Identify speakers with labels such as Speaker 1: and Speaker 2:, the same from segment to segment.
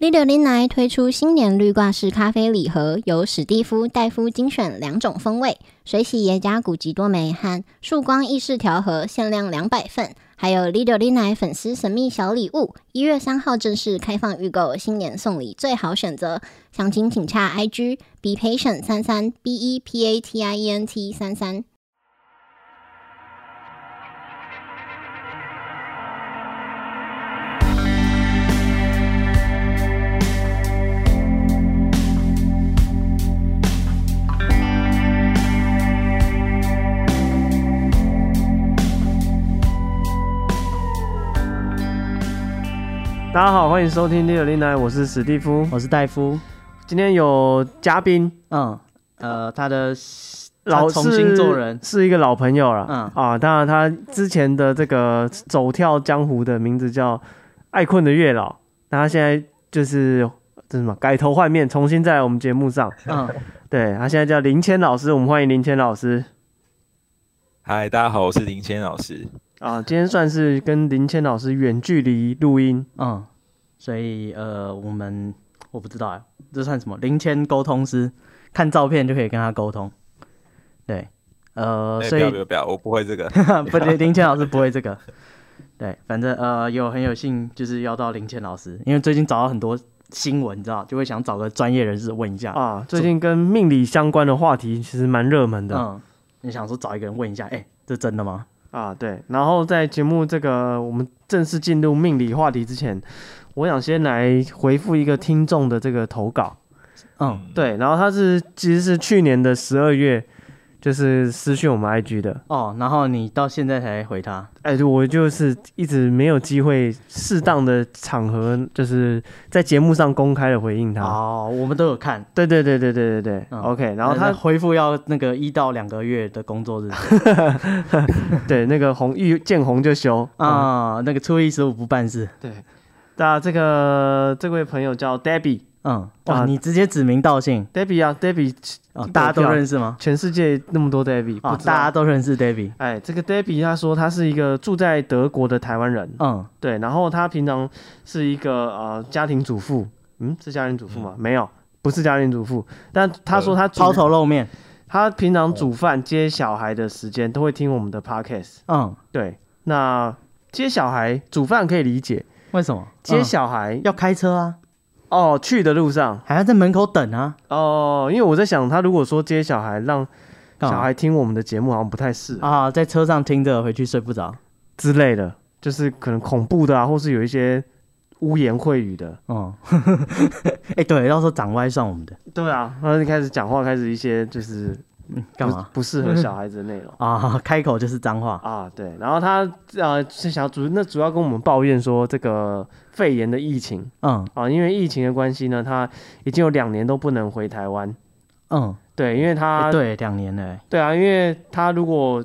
Speaker 1: 绿柳林来推出新年绿挂式咖啡礼盒，由史蒂夫、戴夫精选两种风味，水洗耶加古籍多梅和曙光意式调和，限量两百份。还有 Lido l i n a 粉丝神秘小礼物，一月三号正式开放预购，新年送礼最好选择。详情请洽 IG be patient 三三 b e p a t i e n t 三三。
Speaker 2: 大家好，欢迎收听《六零来》，我是史蒂夫。
Speaker 3: 我是戴夫，
Speaker 2: 今天有嘉宾，
Speaker 3: 嗯，呃，他的
Speaker 2: 老
Speaker 3: 重新做人
Speaker 2: 是是一个老朋友了，
Speaker 3: 嗯
Speaker 2: 啊，当然他之前的这个走跳江湖的名字叫爱困的月老，那他现在就是这是什么改头换面，重新在我们节目上，
Speaker 3: 嗯，
Speaker 2: 对他现在叫林谦老师，我们欢迎林谦老师
Speaker 4: 嗨，大家好，我是林谦老师。
Speaker 2: 啊，今天算是跟林谦老师远距离录音，
Speaker 3: 嗯，所以呃，我们我不知道哎，这算什么零签沟通师？看照片就可以跟他沟通。对，呃，
Speaker 4: 哎
Speaker 3: 所以
Speaker 4: 不要不要不要，我不会这个。
Speaker 3: 不，林林谦老师不会这个。对，反正呃，有很有幸就是要到林谦老师，因为最近找到很多新闻，你知道，就会想找个专业人士问一下。
Speaker 2: 啊，最近跟命理相关的话题其实蛮热门的，
Speaker 3: 嗯，你想说找一个人问一下，哎、这真的吗？
Speaker 2: 啊，对。然后在节目这个我们正式进入命理话题之前，我想先来回复一个听众的这个投稿。
Speaker 3: 嗯，
Speaker 2: 对，然后他是其实是去年的十二月，就是私讯我们 IG 的。
Speaker 3: 哦，然后你到现在才回他，
Speaker 2: 哎，我就是一直没有机会适当的场合，就是在节目上公开的回应他。
Speaker 3: 哦，我们都有看，
Speaker 2: 对对对对对对对、
Speaker 3: 嗯
Speaker 2: o k 然后
Speaker 3: 那
Speaker 2: 他
Speaker 3: 恢复要那个一到两个月的工 作日
Speaker 2: 对那个红遇见红就休啊、
Speaker 3: 啊、那个初一十五不办事。
Speaker 2: 对，那这个这位朋友叫 Debbie，Debbie
Speaker 3: 嗯，
Speaker 2: 啊
Speaker 3: 哇，你直接指名道姓
Speaker 2: 啊，Debbie
Speaker 3: 啊
Speaker 2: 一，
Speaker 3: 大家都
Speaker 2: 票
Speaker 3: 认识吗？
Speaker 2: 全世界那么多 Debbie，
Speaker 3: 啊，
Speaker 2: 不知道
Speaker 3: 大家都认识 David。
Speaker 2: 哎，这个 Debbie 他说他是一个住在德国的台湾人，
Speaker 3: 嗯，
Speaker 2: 对，然后他平常是一个呃家庭主妇，嗯，是家庭主妇吗？没有，不是家庭主妇，但他说他
Speaker 3: 抛
Speaker 2: 煮，
Speaker 3: 头露面。
Speaker 2: 他平常煮饭接小孩的时间都会听我们的 podcast，
Speaker 3: 嗯，
Speaker 2: 对，那接小孩煮饭可以理解，
Speaker 3: 为什么？
Speaker 2: 接
Speaker 3: 嗯
Speaker 2: 小孩、
Speaker 3: 要开车啊，
Speaker 2: 哦去的路上
Speaker 3: 还要在门口等啊？
Speaker 2: 哦，因为我在想他如果说接小孩让
Speaker 3: 干嘛
Speaker 2: 小孩听我们的节目好像不太适合。
Speaker 3: 啊，在车上听着回去睡不着。
Speaker 2: 之类的，就是可能恐怖的啊，或是有一些污言秽语的。
Speaker 3: 哦、嗯， 哎、对，到时候长歪算我们的。
Speaker 2: 对啊，然后就开始讲话，开始一些就是
Speaker 3: 嗯，干嘛？
Speaker 2: 不不适 合小孩子的内容
Speaker 3: 啊，开口就是脏话。
Speaker 2: 啊。对，然后他呃是想主那主要跟我们抱怨说这个肺炎的疫情
Speaker 3: 嗯
Speaker 2: 啊，因为疫情的关系呢，他已经有两年都不能回台湾。
Speaker 3: 嗯，
Speaker 2: 对，因为
Speaker 3: 哎
Speaker 2: 他、
Speaker 3: 对，两年了、欸。
Speaker 2: 对啊，因为他如果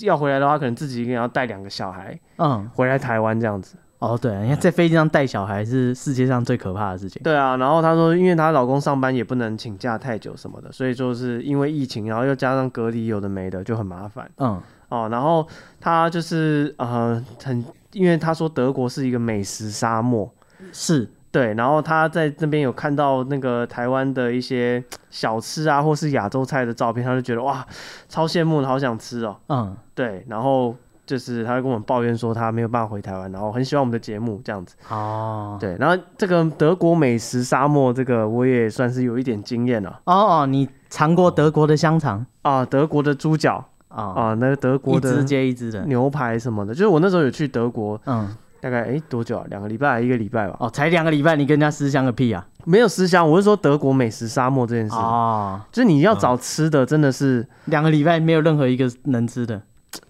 Speaker 2: 要回来的话，可能自己一个人要带两个小孩
Speaker 3: 嗯，
Speaker 2: 回来台湾这样子。
Speaker 3: 哦，对，你看在飞机上带小孩是世界上最可怕的事情。
Speaker 2: 对啊，然后她说，因为她老公上班也不能请假太久什么的，所以就是因为疫情，然后又加上隔离，有的没的就很麻烦
Speaker 3: 嗯，
Speaker 2: 哦。然后她就是呃很，因为她说德国是一个美食沙漠，
Speaker 3: 是，
Speaker 2: 对，然后她在那边有看到那个台湾的一些小吃啊，或是亚洲菜的照片，她就觉得哇，超羡慕的，好想吃哦。
Speaker 3: 嗯，
Speaker 2: 对，然后就是她就跟我们抱怨说她没有办法回台湾，然后很喜欢我们的节目这样子。
Speaker 3: 哦，
Speaker 2: 对，然后这个德国美食沙漠，这个我也算是有一点经验了
Speaker 3: 哦哦，你尝过德国的香肠
Speaker 2: 啊。德国的猪脚
Speaker 3: 啊、哦
Speaker 2: 啊，那个德国
Speaker 3: 一只
Speaker 2: 的嗯
Speaker 3: 接一只的，
Speaker 2: 牛排什么的，就是我那时候有去德国，
Speaker 3: 嗯，
Speaker 2: 大概诶多久啊？两个礼拜还一个礼拜吧，
Speaker 3: 哦，才两个礼拜，你跟人家思乡个屁啊！
Speaker 2: 没有思乡。我是说德国美食沙漠这件事，
Speaker 3: 哦，
Speaker 2: 就是你要找吃的，真的是，
Speaker 3: 两个礼拜没有任何一个能吃的，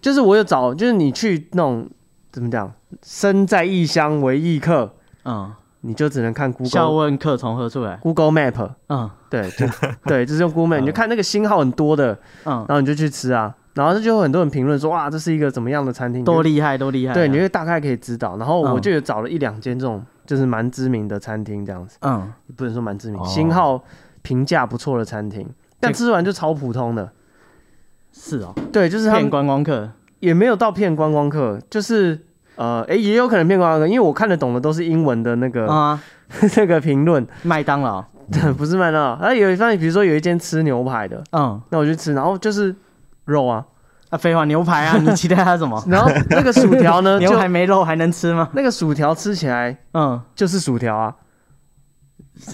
Speaker 2: 就是我有找，就是你去那种怎么讲，身在异乡为异客，
Speaker 3: 嗯，
Speaker 2: 你就只能看
Speaker 3: 笑
Speaker 2: Google
Speaker 3: 问客从何处来？
Speaker 2: Google Map，
Speaker 3: 嗯
Speaker 2: 对，就 对，就是用 Google Map，你就看那个星号很多的。
Speaker 3: 嗯，
Speaker 2: 然后你就去吃啊，然后就有很多人评论说哇，这是一个怎么样的餐厅，
Speaker 3: 多
Speaker 2: 你
Speaker 3: 厉害，多厉害、
Speaker 2: 就
Speaker 3: 啊！
Speaker 2: 对，你就大概可以知道。然后我
Speaker 3: 嗯
Speaker 2: 就有找了一两间这种就是蛮知名的餐厅这样子，
Speaker 3: 嗯，
Speaker 2: 不能说蛮知名，
Speaker 3: 哦
Speaker 2: 星号评价不错的餐厅，但吃完就超普通的。
Speaker 3: 是哦，
Speaker 2: 对，就是他
Speaker 3: 骗
Speaker 2: 们
Speaker 3: 观光客，
Speaker 2: 也没有到骗观光客，就是呃，哎、也有可能骗观光客，因为我看得懂的都是英文的那个、
Speaker 3: 啊，
Speaker 2: 那个评论，
Speaker 3: 麦当劳，
Speaker 2: 不是麦当劳。啊那有一方，比如说有一间吃牛排的，
Speaker 3: 嗯，
Speaker 2: 那我去吃，然后就是肉啊，？
Speaker 3: 啊，废话，牛排啊，你期待它什么
Speaker 2: 然后那个薯条呢，就
Speaker 3: 牛排没肉还能吃吗？
Speaker 2: 那个薯条吃起来
Speaker 3: 嗯，
Speaker 2: 就是薯条啊，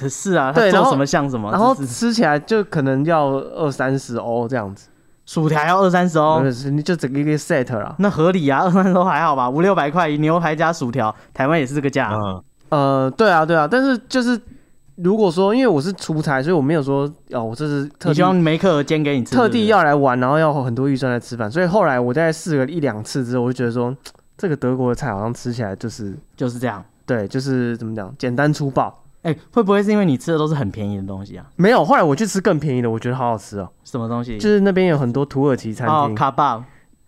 Speaker 3: 是啊，它
Speaker 2: 对然
Speaker 3: 做
Speaker 2: 后
Speaker 3: 什么像什么，
Speaker 2: 然后
Speaker 3: 这是
Speaker 2: 吃起来就可能要二三十欧这样子，
Speaker 3: 薯条要二三十
Speaker 2: 哦
Speaker 3: 哦，，
Speaker 2: 你就整个一个 set 啦。
Speaker 3: 那合理啊，二三十都还好吧，五六百块牛排加薯条，台湾也是这个价啊，
Speaker 4: 嗯，
Speaker 2: 呃，对啊，对啊，但是就是如果说，因为我是出差，所以我没有说哦，我这是特
Speaker 3: 你希
Speaker 2: 地
Speaker 3: 望梅克尔煎给你吃，
Speaker 2: 特地
Speaker 3: 是不是
Speaker 2: 要来玩，然后要很多预算来吃饭，所以后来我大概试了一两次之后，我就觉得说，嗯这个德国的菜好像吃起来就是
Speaker 3: 就是这样。
Speaker 2: 对，就是怎么讲，简单粗暴。
Speaker 3: 哎，会不会是因为你吃的都是很便宜的东西啊？
Speaker 2: 没有，后来我去吃更便宜的，我觉得好好吃哦，
Speaker 3: 什么东西？
Speaker 2: 就是那边有很多土耳其餐
Speaker 3: 哦，
Speaker 2: 厅，
Speaker 3: 卡巴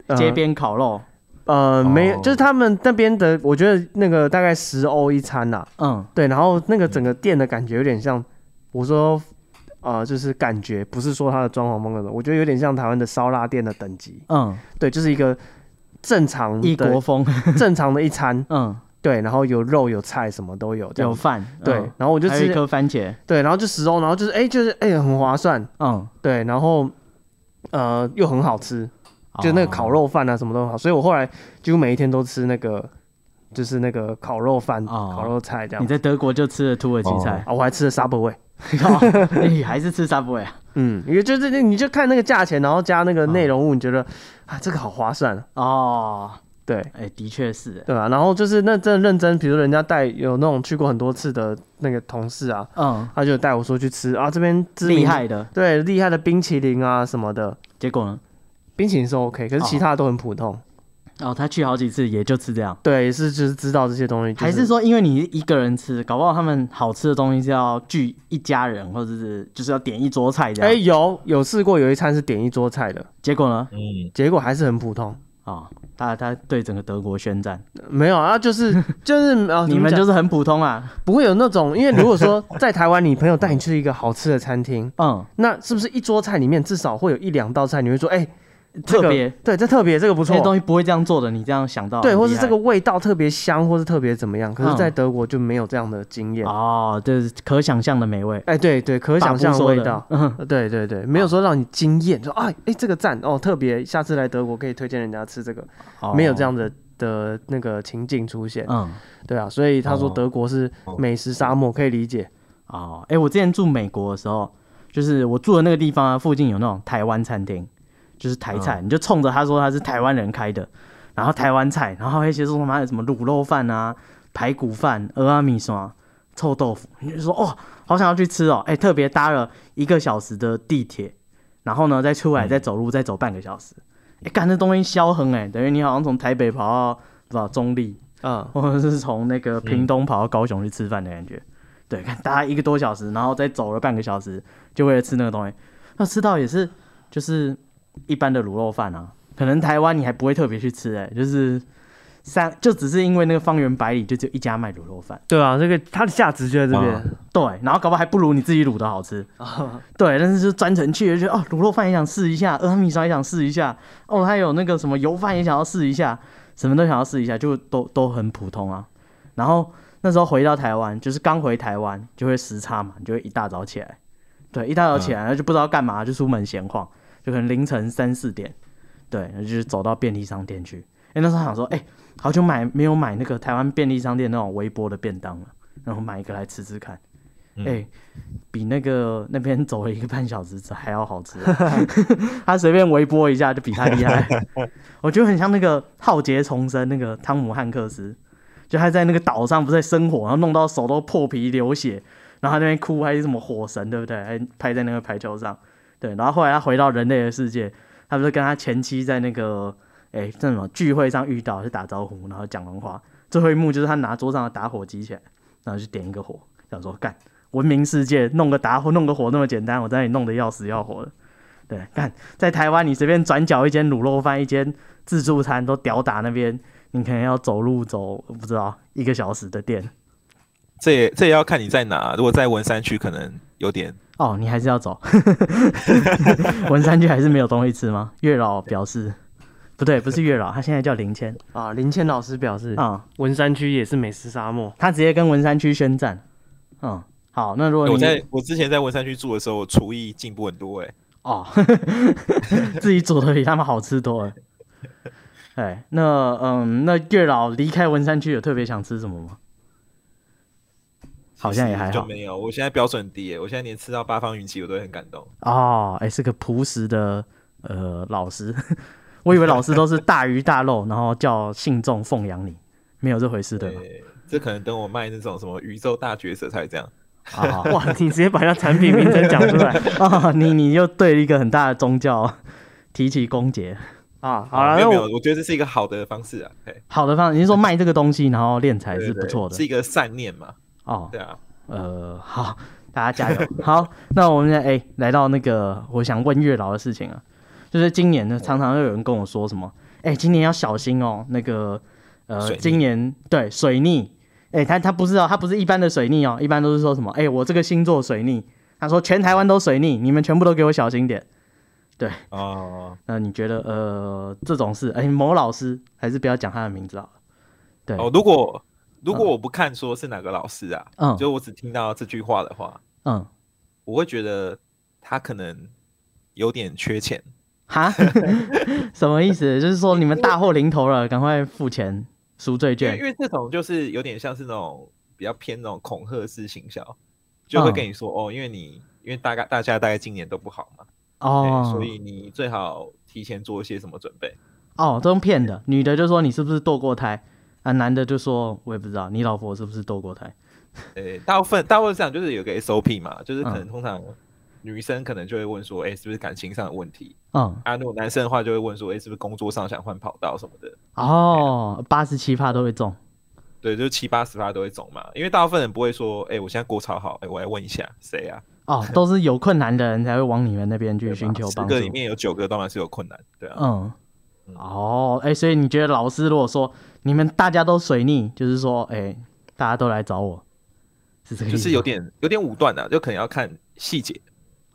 Speaker 2: 呃
Speaker 3: 街边烤肉，
Speaker 2: 呃，没有，
Speaker 4: 哦
Speaker 2: 就是他们那边的，我觉得那个大概十欧一餐呐、
Speaker 3: 嗯，
Speaker 2: 对，然后那个整个店的感觉有点像，我说，呃，就是感觉不是说它的装潢风格的，我觉得有点像台湾的烧腊店的等级，
Speaker 3: 嗯，
Speaker 2: 对，就是一个正常
Speaker 3: 异
Speaker 2: 的
Speaker 3: 国风，
Speaker 2: 正常的一餐，
Speaker 3: 嗯，
Speaker 2: 对，然后有肉有菜什么都有，这
Speaker 3: 有
Speaker 2: 样子
Speaker 3: 饭，
Speaker 2: 对
Speaker 3: 嗯，
Speaker 2: 然后我就
Speaker 3: 还有一
Speaker 2: 吃，
Speaker 3: 颗番茄，
Speaker 2: 对，然后就十欧，然后就是哎、就是哎、很划算，
Speaker 3: 嗯，
Speaker 2: 对，然后呃又很好吃，就
Speaker 3: 哦
Speaker 2: 那个烤肉饭啊什么都很好，所以我后来几乎每一天都吃那个就是那个烤肉饭、
Speaker 3: 哦
Speaker 2: 烤肉菜这
Speaker 3: 哦。
Speaker 2: 样
Speaker 3: 你
Speaker 2: 子。
Speaker 3: 在德国就吃了土耳其菜，
Speaker 2: 啊，我还吃了 Subway，哦
Speaker 3: 你还是吃 Subway 啊？
Speaker 2: 嗯，因为就是那你就看那个价钱，然后加那个内容物，你觉得啊这个好划算啊，
Speaker 3: 哦，
Speaker 2: 对
Speaker 3: 哎，的确是，
Speaker 2: 对吧、啊然后就是那真的认真，比如人家带有那种去过很多次的那个同事啊，
Speaker 3: 嗯，
Speaker 2: 他就带我说去吃啊这边知名
Speaker 3: 厉，害的。
Speaker 2: 对厉害的冰淇淋啊什么的，
Speaker 3: 结果呢？
Speaker 2: 冰淇淋是 OK，可是其他的都很普通，
Speaker 3: 哦，他去好几次也就吃这样，
Speaker 2: 对，是就是知道这些东西，就
Speaker 3: 还是说因为你一个人吃，搞不好他们好吃的东西是要聚一家人，或者是就是要点一桌菜这
Speaker 2: 哎、
Speaker 3: 样。
Speaker 2: 有有试过有一餐是点一桌菜的，
Speaker 3: 结果呢？
Speaker 4: 嗯，
Speaker 2: 结果还是很普通。
Speaker 3: 哦，他他对整个德国宣战，
Speaker 2: 呃没有啊，就是 就是啊，
Speaker 3: 你们
Speaker 2: 就
Speaker 3: 就是很普通啊。
Speaker 2: 不会有那种，因为如果说在台湾，你朋友带你去一个好吃的餐厅，
Speaker 3: 嗯，
Speaker 2: 那是不是一桌菜里面至少会有一两道菜，你会说，哎、这
Speaker 3: 特
Speaker 2: 个
Speaker 3: 别
Speaker 2: 对，这特别，这个不
Speaker 3: 这些东
Speaker 2: 错，
Speaker 3: 西不会这样做的，你这样想到
Speaker 2: 对，
Speaker 3: 很
Speaker 2: 或
Speaker 3: 厉
Speaker 2: 是这
Speaker 3: 害
Speaker 2: 个味道特别香，或是特别怎么样。可是，
Speaker 3: 嗯
Speaker 2: 在德国就没有这样的经验。
Speaker 3: 哦，这是可想象的美味，
Speaker 2: 哎、对对，可想象
Speaker 3: 爸
Speaker 2: 的
Speaker 3: 不说
Speaker 2: 味
Speaker 3: 的
Speaker 2: 道。
Speaker 3: 嗯
Speaker 2: 呃对对对，没有说让你惊艳，说哎哎这个赞哦，特别，下次来德国可以推荐人家吃这个，
Speaker 3: 哦
Speaker 2: 没有这样的的那个情境出现。
Speaker 3: 嗯。
Speaker 2: 对啊，所以他说
Speaker 4: 哦
Speaker 2: 德国是美食沙漠，可以理解。
Speaker 3: 哦，哎、我之前住美国的时候，就是我住的那个地方啊，附近有那种台湾餐厅，就是台菜，你就冲着他说他是台湾人开的，然后台湾菜，然后还有一些说他妈的什么卤肉饭啊、排骨饭、俄阿米刷、臭豆腐，你就说哦，好想要去吃哦，哎、特别搭了一个小时的地铁，然后呢再出来再走路再走半个小时，哎、干这东西消横哎、等于你好像从台北跑到不知道中立，
Speaker 2: 嗯，
Speaker 3: 或者是从那个屏东跑到高雄去吃饭的感觉。对，看大家一个多小时，然后再走了半个小时，就为了吃那个东西。那吃到也是就是一般的卤肉饭啊，可能台湾你还不会特别去吃、欸，哎，就是三就只是因为那个方圆百里就只有一家卖卤肉饭，
Speaker 2: 对啊，这个它的价值就在这
Speaker 4: 啊
Speaker 2: 边。
Speaker 3: 对，然后搞不好还不如你自己卤的好吃，对，但是就专程去就觉得哦，卤肉饭也想试一下，阿米烧也想试一下，哦，还有那个什么油饭也想要试一下，什么都想要试一下，就都都很普通啊。然后那时候回到台湾，就是刚回台湾就会时差嘛，你就会一大早起来，对，一大早起来然后就不知道干嘛，就出门闲晃，就可能凌晨三四点，对，然后就是走到便利商店去。哎、那时候想说，哎、好久买没有买那个台湾便利商店那种微波的便当了，然后买一个来吃吃看。哎、
Speaker 4: 嗯
Speaker 3: 比那个那边走了一个半小时还要好吃、啊， 他随便微波一下就比他厉害。 我觉得很像那个浩劫重生那个汤姆汉克斯，就他在那个岛上不是在生火，然后弄到手都破皮流血，然后他那边哭还是什么火神对不对？还拍在那个排球上，对。然后后来他回到人类的世界，他不是跟他前妻在那个哎在什么聚会上遇到，就打招呼，然后讲完话，最后一幕就是他拿桌上的打火机起来，然后就点一个火，想说干文明世界弄个打火弄个火那么简单，我在那里弄得要死要活的。对，看在台湾，你随便转角一间卤肉饭，一间自助餐都屌打那边，你可能要走路走不知道一个小时的店
Speaker 4: 这也这也要看你在哪，如果在文山区，可能有点
Speaker 3: 哦，你还 是要走。文山区还是没有东西吃吗？月老表示不不对，不是月老，他现在叫林谦
Speaker 2: 啊，林谦老师表示，
Speaker 3: 啊、
Speaker 2: 文山区也是美食沙漠。
Speaker 3: 他直接跟文山区宣战。嗯，好，那如果
Speaker 4: 我
Speaker 3: 你
Speaker 4: 在我之前在文山区住的时候，我厨艺进步很多哎、
Speaker 3: 哦，自己煮的比他们好吃多了。哎，那嗯，那月老离开文山区有特别想吃什么吗？好像也还
Speaker 4: 就
Speaker 3: 好
Speaker 4: 没有。我现在标准低哎、我现在连吃到八方云集我都会很感动。
Speaker 3: 哦，哎，是个朴实的呃老师， 我以为老师都是大鱼大肉，然后叫信众奉养你，没有这回事对啊吧？
Speaker 4: 对，这可能等我卖那种什么宇宙大角色才会这样。
Speaker 3: 啊、
Speaker 2: 哇，你直接把那产品名称讲出来
Speaker 3: 啊，你你又对一个很大的宗教提起攻讦，
Speaker 2: 啊！好了，那
Speaker 4: 没有没
Speaker 2: 我
Speaker 4: 有，我觉得这是一个好的方式啊。嘿
Speaker 3: 好的方法，你是说卖这个东西然后敛财
Speaker 4: 对
Speaker 3: 是
Speaker 4: 对
Speaker 3: 不错的
Speaker 4: 是一个善念嘛。
Speaker 3: 哦。
Speaker 4: 对啊，
Speaker 3: 呃，好，大家加油。 好，那我们现在哎、来到那个我想问月老的事情啊，就是今年呢，常常会有人跟我说什么，哎、今年要小心哦，那个呃，
Speaker 4: 水逆
Speaker 3: 今年对水逆，哎、他他不是哦，他不是一般的水逆哦，一般都是说什么，哎、我这个星座水逆，他说全台湾都水逆，你们全部都给我小心点。
Speaker 4: 哦，
Speaker 3: 那你觉得呃这种事，哎、某老师还是不要讲他的名字好了。对，
Speaker 4: 哦，如果如果我不看说是哪个老师啊，
Speaker 3: 嗯
Speaker 4: 就我只听到这句话的话，
Speaker 3: 嗯，
Speaker 4: 我会觉得他可能有点缺钱。
Speaker 3: 哈， 什么意思？就是说你们大祸临头了，赶快付钱赎罪
Speaker 4: 因为
Speaker 3: 券
Speaker 4: 因为这种就是有点像是那种比较偏那种恐吓式行销，就
Speaker 3: 嗯
Speaker 4: 会跟你说、哦，因为你因为大概大家大概今年都不好嘛，
Speaker 3: 哦
Speaker 4: 对，所以你最好提前做一些什么准备。
Speaker 3: 哦，都用骗的。女的就说你是不是堕过胎啊？男的就说我也不知道，你老婆是不是堕过胎？
Speaker 4: 呃，大部分大部分上就是有个 SOP 嘛，就是可能
Speaker 3: 嗯
Speaker 4: 通常女生可能就会问说，哎、是不是感情上的问题？
Speaker 3: 嗯，
Speaker 4: 啊，如果男生的话就会问说，哎、是不是工作上想换跑道什么的？啊
Speaker 3: 哦，八十七趴都会中
Speaker 4: 对，就七八十趴都会中嘛，因为大部分人不会说，哎、我现在过超好，哎、我来问一下谁啊？
Speaker 3: 哦，都是有困难的人才会往你们那边去
Speaker 4: 对吧
Speaker 3: 寻求
Speaker 4: 十
Speaker 3: 帮助
Speaker 4: 个。里面有九个当然是有困难，对啊，
Speaker 3: 嗯，哦，哎、所以你觉得老师如果说你们大家都水逆，就是说，哎、大家都来找我，是这个意
Speaker 4: 就
Speaker 3: 思？
Speaker 4: 是有点有点武断的、啊就可能要看细节。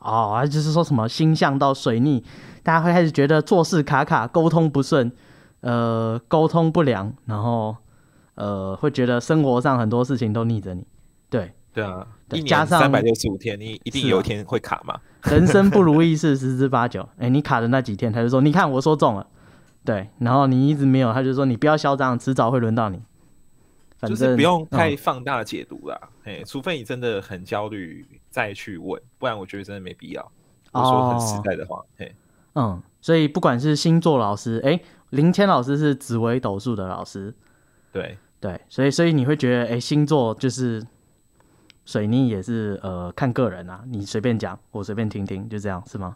Speaker 3: 哦，啊就是说什么星象到水逆，大家会开始觉得做事卡卡，沟通不顺，呃，沟通不良，然后呃，会觉得生活上很多事情都逆着你，对，
Speaker 4: 对啊，
Speaker 3: 对
Speaker 4: 一
Speaker 3: 加
Speaker 4: 年
Speaker 3: 上
Speaker 4: 三百六十五天，你一定
Speaker 3: 是啊
Speaker 4: 有一天会卡嘛。
Speaker 3: 人生不如意事十之八九。 哎、你卡的那几天，他就说，你看我说中了，对，然后你一直没有，他就说你不要嚣张，迟早会轮到你。反
Speaker 4: 就
Speaker 3: 正
Speaker 4: 是不用
Speaker 3: 嗯
Speaker 4: 太放大解读啦，嘿，除非你真的很焦虑再去问，不然我觉得真的没必要。我说很实在的话，嘿，
Speaker 3: 哦嗯，所以不管是星座老师，哎、林谦老师是紫微斗数的老师，
Speaker 4: 对，
Speaker 3: 对，所以所以你会觉得，哎、星座就是水逆也是呃看个人啊，你随便讲，我随便听听，就这样是吗？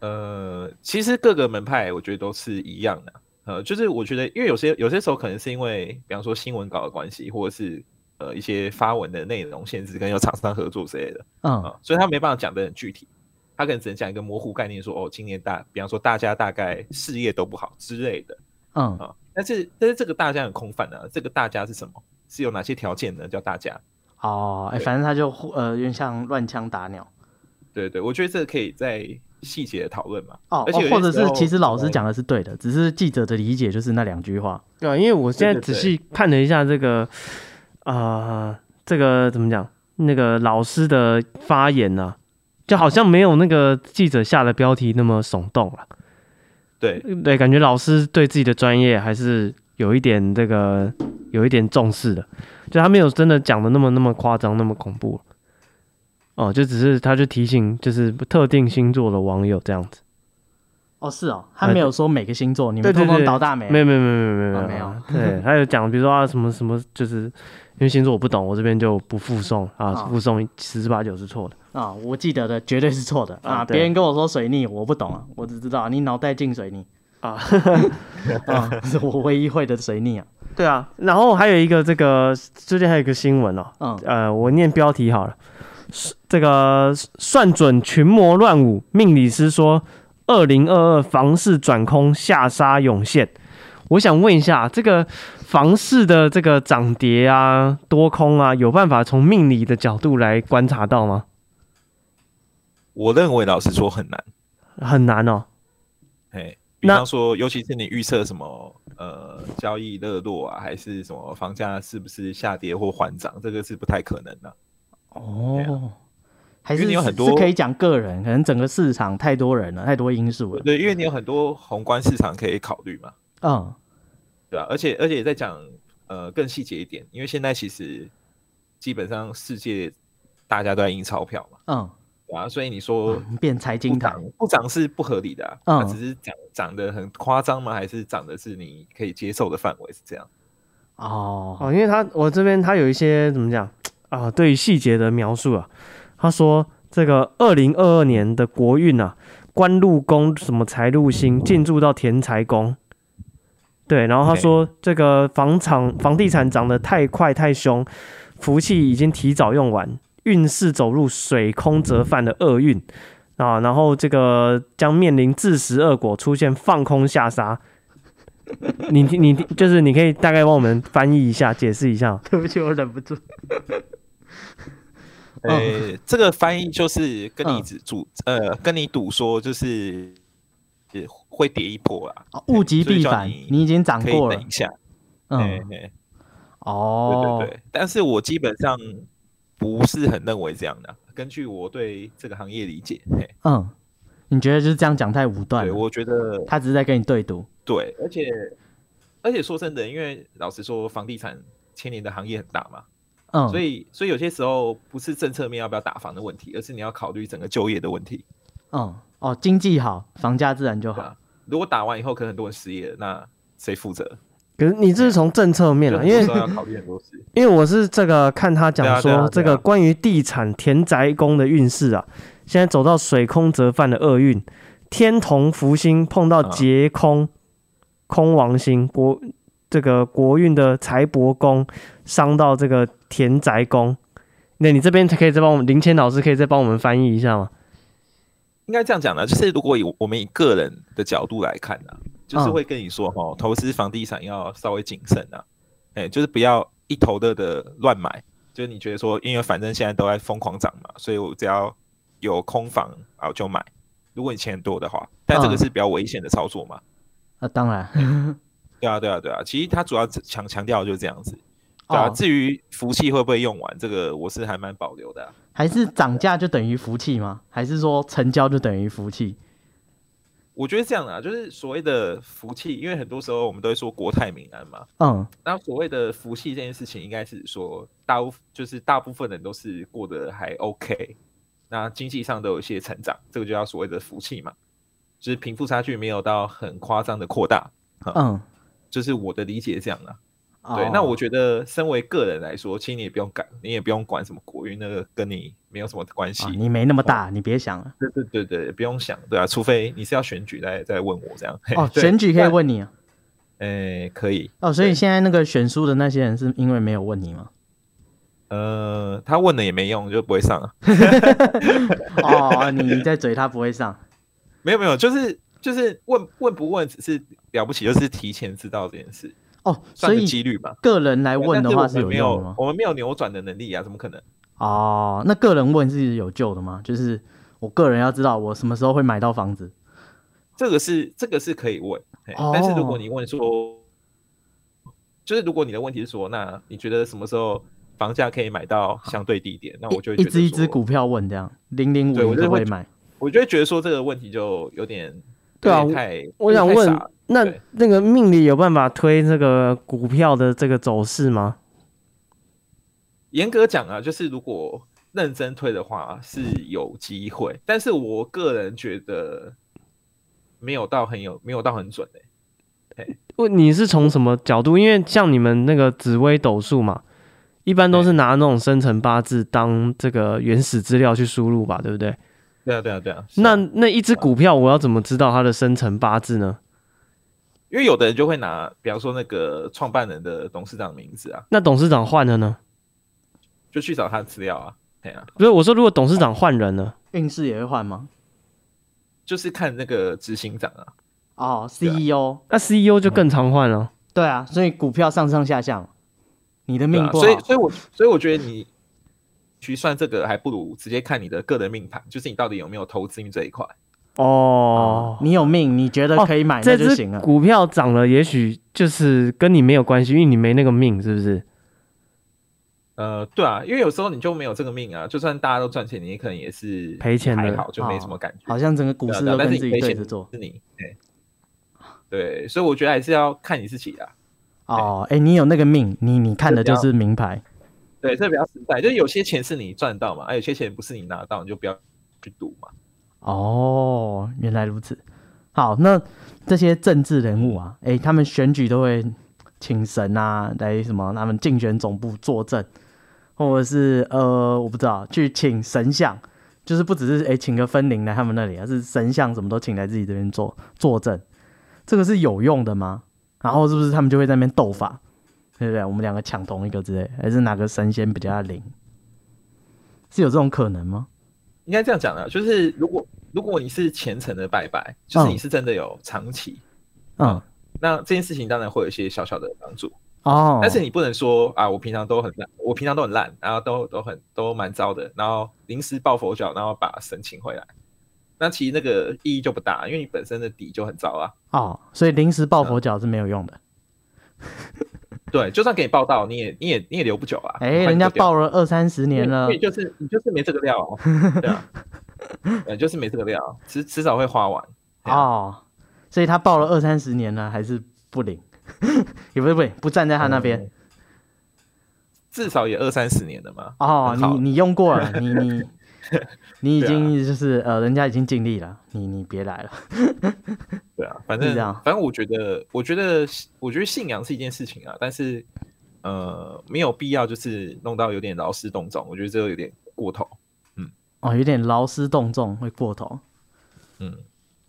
Speaker 4: 呃，其实各个门派我觉得都是一样的，呃，就是我觉得，因为有些有些时候可能是因为，比方说新闻稿的关系，或者是呃一些发文的内容限制，跟有厂商合作之类的啊、
Speaker 3: 嗯
Speaker 4: 所以他没办法讲得很具体，他可能只能讲一个模糊概念说哦，今年大，比方说大家大概事业都不好之类的，
Speaker 3: 嗯
Speaker 4: 啊，但是但是这个大家很空泛啊，这个大家是什么？是有哪些条件呢？叫大家？
Speaker 3: 哦，哎、
Speaker 4: 对
Speaker 3: 反正他就呃有点像乱枪打鸟
Speaker 4: 对对，我觉得这个可以在细节的讨论嘛。
Speaker 3: 哦，
Speaker 4: 而且有
Speaker 3: 哦
Speaker 4: 些
Speaker 3: 或者
Speaker 4: 时
Speaker 3: 是
Speaker 4: 候
Speaker 3: 其实老师
Speaker 4: 呃
Speaker 3: 讲的是对的，只是记者的理解就是那两句话。
Speaker 2: 对啊，因为我现在
Speaker 4: 对
Speaker 2: 仔
Speaker 4: 对对
Speaker 2: 细看了一下这个，啊，这个怎么讲？那个老师的发言呢、就好像没有那个记者下的标题那么耸动啊了。
Speaker 4: 对
Speaker 3: 嗯
Speaker 2: 对，感觉老师对自己的专业还是有一点这个有一点重视的，就他没有真的讲的那么那么夸张，那么恐怖。哦，就只是他就提醒，就是特定星座的网友这样子。
Speaker 3: 哦，是哦，他没有说每个星座，你们
Speaker 2: 对对
Speaker 3: 通通
Speaker 2: 对
Speaker 3: 倒大霉。
Speaker 2: 没有没有没有没有没有、
Speaker 3: 哦没有。
Speaker 2: 对，他有讲，比如说啊什么什么，就是因为星座我不懂，我这边就不附送啊，
Speaker 3: 哦
Speaker 2: 附送十之八九是错的。
Speaker 3: 啊、我记得的绝对是错的啊！
Speaker 2: 啊
Speaker 3: 别
Speaker 2: 对
Speaker 3: 人跟我说水逆，我不懂啊，我只知道你脑袋进水逆
Speaker 2: 啊
Speaker 3: 啊，是我唯一会的水逆啊。
Speaker 2: 对啊，然后还有一个这个最近还有一个新闻哦，
Speaker 3: 嗯，
Speaker 2: 呃，我念标题好了。是这个算准群魔乱舞，命理师说，二零二二房市转空，下杀涌现。我想问一下，这个房市的这个涨跌啊、多空啊，有办法从命理的角度来观察到吗？
Speaker 4: 我认为老实说很难，
Speaker 2: 很难哦。
Speaker 4: 嘿，比
Speaker 2: 那
Speaker 4: 方说，尤其是你预测什么呃交易热络啊，还是什么房价是不是下跌或缓涨，这个是不太可能的、啊
Speaker 3: 哦，还是
Speaker 4: 因为你有很多
Speaker 3: 是可以讲个人，可能整个市场太多人了，太多因素了。
Speaker 4: 对，因为你有很多宏观市场可以考虑嘛，
Speaker 3: 嗯，
Speaker 4: 对啊吧、而且而且再讲呃更细节一点，因为现在其实基本上世界大家都在印钞票嘛，
Speaker 3: 嗯，
Speaker 4: 对吧、所以你说
Speaker 3: 变财
Speaker 4: 不
Speaker 3: 经啊台
Speaker 4: 涨不涨是不合理的、啊，
Speaker 3: 嗯
Speaker 4: 它只是涨涨得很夸张吗？还是涨的是你可以接受的范围是这样？
Speaker 3: 嗯哦，
Speaker 2: 哦，因为他我这边他有一些怎么讲啊，对于细节的描述啊，他说这个二零二二年的国运啊，官禄宫什么财禄星进驻到田财宫，对，然后他
Speaker 4: OK
Speaker 2: 说这个房产房地产涨得太快太凶，福气已经提早用完，运势走入水空折返的厄运。啊，然后这个将面临自食恶果，出现放空下杀。 你你就是你可以大概帮我们翻译一下，解释一下吗。
Speaker 3: 对不起，我忍不住。
Speaker 4: 呃、
Speaker 3: 嗯
Speaker 4: 这个翻译就是跟你
Speaker 3: 嗯
Speaker 4: 指赌、呃，跟你赌说就是呃会跌一波啦，
Speaker 3: 哦物极必反，
Speaker 4: 所以叫你
Speaker 3: 你已经涨
Speaker 4: 可以
Speaker 3: 过了
Speaker 4: 等一。下。嗯
Speaker 3: 嗯，，
Speaker 4: 嘿对
Speaker 3: 哦，
Speaker 4: 对对。但是我基本上不是很认为这样的，啊根据我对这个行业理解，嘿，
Speaker 3: 嗯，你觉得就是这样讲太武断
Speaker 4: 对
Speaker 3: 了？
Speaker 4: 我觉得
Speaker 3: 他只是在跟你对赌。
Speaker 4: 对，而且而且说真的，因为老实说，房地产牵连的行业很大嘛，
Speaker 3: 嗯，
Speaker 4: 所以所以有些时候不是政策面要不要打房的问题，而是你要考虑整个就业的问题。
Speaker 3: 嗯，哦，经济好，房价自然就
Speaker 4: 对
Speaker 3: 好
Speaker 4: 啊。如果打完以后，可能很多人失业了，那谁负责？
Speaker 2: 可是你这是从政策面
Speaker 4: 就
Speaker 2: 了，
Speaker 4: 很
Speaker 2: 因
Speaker 4: 多
Speaker 2: 为
Speaker 4: 时候要考虑很多事。
Speaker 2: 因为我是这个看他
Speaker 4: 对
Speaker 2: 讲
Speaker 4: 啊对啊对
Speaker 2: 说
Speaker 4: 啊
Speaker 2: 这个关于地产田宅宫的运势啊，现在走到水空折犯的厄运，天同福星碰到
Speaker 4: 啊
Speaker 2: 劫空、空王星国这个国运的财帛宫伤到这个田宅宫，那你这边可以再帮我们林谦老师可以再帮我们翻译一下吗？
Speaker 4: 应该这样讲呢，就是如果以我们以个人的角度来看呢、就是
Speaker 3: 嗯
Speaker 4: 会跟你说哈、投资房地产要稍微谨慎啊，哎、就是不要一头热的乱买，就是你觉得说，因为反正现在都在疯狂涨嘛，所以我只要有空房啊我就买，如果你钱很多的话，但这个
Speaker 3: 嗯
Speaker 4: 是比较危险的操作嘛，
Speaker 3: 啊，当然。
Speaker 4: 对啊，对啊，对啊，其实它主要强强调的就是这样子，对啊，
Speaker 3: 哦
Speaker 4: 至于福气会不会用完，这个我是还蛮保留的啊、
Speaker 3: 还是涨价就等于福气吗？还是说成交就等于福气？
Speaker 4: 我觉得这样啊，就是所谓的福气，因为很多时候我们都会说国泰民安嘛。
Speaker 3: 嗯，
Speaker 4: 那所谓的福气这件事情，应该是说大部就是大部分人都是过得还 OK，那经济上都有一些成长，这个就叫所谓的福气嘛，就是贫富差距没有到很夸张的扩大，
Speaker 3: 嗯，
Speaker 4: 就是我的理解这样啊。
Speaker 3: 哦
Speaker 4: 对，那我觉得身为个人来说，其实你也不用管，你也不用管什么国运，那个跟你没有什么关系
Speaker 3: 啊。你没那么大，你别想了。
Speaker 4: 对对对对，不用想，对啊，除非你是要选举再再问我这样。嘿
Speaker 3: 哦，
Speaker 4: 对
Speaker 3: 选举可以
Speaker 4: 但
Speaker 3: 问你啊。
Speaker 4: 诶，可以。
Speaker 3: 哦，所以
Speaker 4: 对
Speaker 3: 现在那个选书的那些人是因为没有问你 吗？
Speaker 4: 呃，他问了也没用，就不会上啊。
Speaker 3: 哦，你你在嘴他不会上。
Speaker 4: 没有没有，就是就是问问不问，只是了不起，就是提前知道这件事，
Speaker 3: 哦，所
Speaker 4: 算是
Speaker 3: 以
Speaker 4: 几率吧。
Speaker 3: 个人来问的话
Speaker 4: 但是我
Speaker 3: 有
Speaker 4: 们没
Speaker 3: 用的
Speaker 4: 有
Speaker 3: 吗？
Speaker 4: 我们没有扭转的能力啊，怎么可能？
Speaker 3: 哦，那个人问是有救的吗？就是我个人要知道我什么时候会买到房子。
Speaker 4: 这个是这个是可以问，嘿但是如
Speaker 3: 哦
Speaker 4: 果你问说，就是如果你的问题是说，那你觉得什么时候房价可以买到相对低点？那我就会
Speaker 3: 一一
Speaker 4: 觉得
Speaker 3: 只一只
Speaker 4: 说，
Speaker 3: 股票问这样，零零五
Speaker 4: 对我就
Speaker 3: 可不可以
Speaker 4: 会
Speaker 3: 买？
Speaker 4: 我就会觉得说这个问题就有点
Speaker 2: 对啊
Speaker 4: 有点太
Speaker 2: 我想
Speaker 4: 有点太
Speaker 2: 问
Speaker 4: 傻了，
Speaker 2: 那
Speaker 4: 对
Speaker 2: 那个命理有办法推这个股票的这个走势吗？
Speaker 4: 严格讲啊，就是如果认真推的话是有机会，但是我个人觉得没有到很有，没有到很准欸
Speaker 2: 问你是从什么角度？因为像你们那个紫微斗数嘛，一般都是拿那种生辰八字当这个原始资料去输入吧，对不对？
Speaker 4: 对啊，对啊，对啊。是啊
Speaker 2: 那那一只股票，我要怎么知道它的生辰八字呢？
Speaker 4: 因为有的人就会拿，比方说那个创办人的董事长的名字啊，
Speaker 2: 那董事长换了呢？
Speaker 4: 就去找他的资料啊，对啊，
Speaker 2: 不是，我说如果董事长换人了，
Speaker 3: 运势也会换吗？
Speaker 4: 就是看那个执行长啊。
Speaker 3: 哦
Speaker 4: 啊
Speaker 3: ，CEO，
Speaker 2: 那 CEO 就更常换了。
Speaker 3: 对啊，所以股票上上下下嘛，你的
Speaker 4: 对
Speaker 3: 命
Speaker 4: 啊
Speaker 3: 不好，
Speaker 4: 所以，所以我所以我觉得你去算这个，还不如直接看你的个人命盘，就是你到底有没有投资这一块。
Speaker 2: 哦，
Speaker 3: 你有命，你觉得可以买、
Speaker 2: 这
Speaker 3: 嗯那就
Speaker 2: 只
Speaker 3: 行了。
Speaker 2: 股票涨了，也许就是跟你没有关系，因为你没那个命，是不是？
Speaker 4: 呃，对啊，因为有时候你就没有这个命啊，就算大家都赚钱，你可能也是
Speaker 2: 赔钱的
Speaker 4: 还好就没什么感觉。
Speaker 3: 好像整个
Speaker 4: 对
Speaker 3: 股
Speaker 4: 啊
Speaker 3: 市
Speaker 4: 对啊
Speaker 3: 都
Speaker 4: 但
Speaker 3: 跟
Speaker 4: 是
Speaker 3: 自
Speaker 4: 你
Speaker 3: 己
Speaker 4: 赔
Speaker 3: 对
Speaker 4: 钱
Speaker 3: 着做。
Speaker 4: 是你，对对，所以我觉得还是要看你自己啦。
Speaker 3: 哦，哎、你有那个命，你你看的就是名牌。
Speaker 4: 对，这比较实在，就有些钱是你赚到嘛，啊，有些钱不是你拿到，你就不要去赌嘛。
Speaker 3: 哦，原来如此。好，那这些政治人物啊，哎、他们选举都会请神啊，来什么，他们竞选总部作证，或者是呃，我不知道，去请神像，就是不只是哎、诶请个分灵来他们那里，而啊是神像什么都请来自己这边做作证，这个是有用的吗？然后是不是他们就会在那边斗法，对不对？我们两个抢同一个之类，还是哪个神仙比较灵？是有这种可能吗？
Speaker 4: 应该这样讲啊，就是如果如果你是虔诚的拜拜，就是
Speaker 3: 嗯
Speaker 4: 你是真的有长期，
Speaker 3: 嗯，
Speaker 4: 那这件事情当然会有一些小小的帮助。
Speaker 3: 哦，
Speaker 4: 但是你不能说啊，我平常都很烂，我平常都很烂，然后都都很都蛮糟的，然后临时抱佛脚，然后把神请回来，那其实那个意义就不大，因为你本身的底就很糟啊。
Speaker 3: 哦，所以临时抱佛脚是没有用的。
Speaker 4: 对，就算给你报道，你也你也你也留不久啊。
Speaker 3: 哎、
Speaker 4: 很快
Speaker 3: 人
Speaker 4: 你
Speaker 3: 家
Speaker 4: 就掉
Speaker 3: 抱了二三十年
Speaker 4: 因
Speaker 3: 了
Speaker 4: 为，因为就是你就是没这个料、啊，对啊， 对，就是没这个料，啊迟迟早会花完。对啊
Speaker 3: 哦，所以他抱了二三十年了，还是不领， 也不是不领，不站在他那边。
Speaker 4: 嗯至少也二三十年了嘛。
Speaker 3: 哦，
Speaker 4: 很好
Speaker 3: 你你用过 了，你你你已
Speaker 4: 对啊
Speaker 3: 经就是、呃，人家已经尽力了，你你别来了。
Speaker 4: 对啊，反
Speaker 3: 是
Speaker 4: 正
Speaker 3: 这样
Speaker 4: 反正我觉得，我觉得我觉得信仰是一件事情啊，但是呃，没有必要就是弄到有点劳师动众，我觉得这个有点过头。
Speaker 3: 哦，有点劳师动众，会过头。
Speaker 4: 嗯，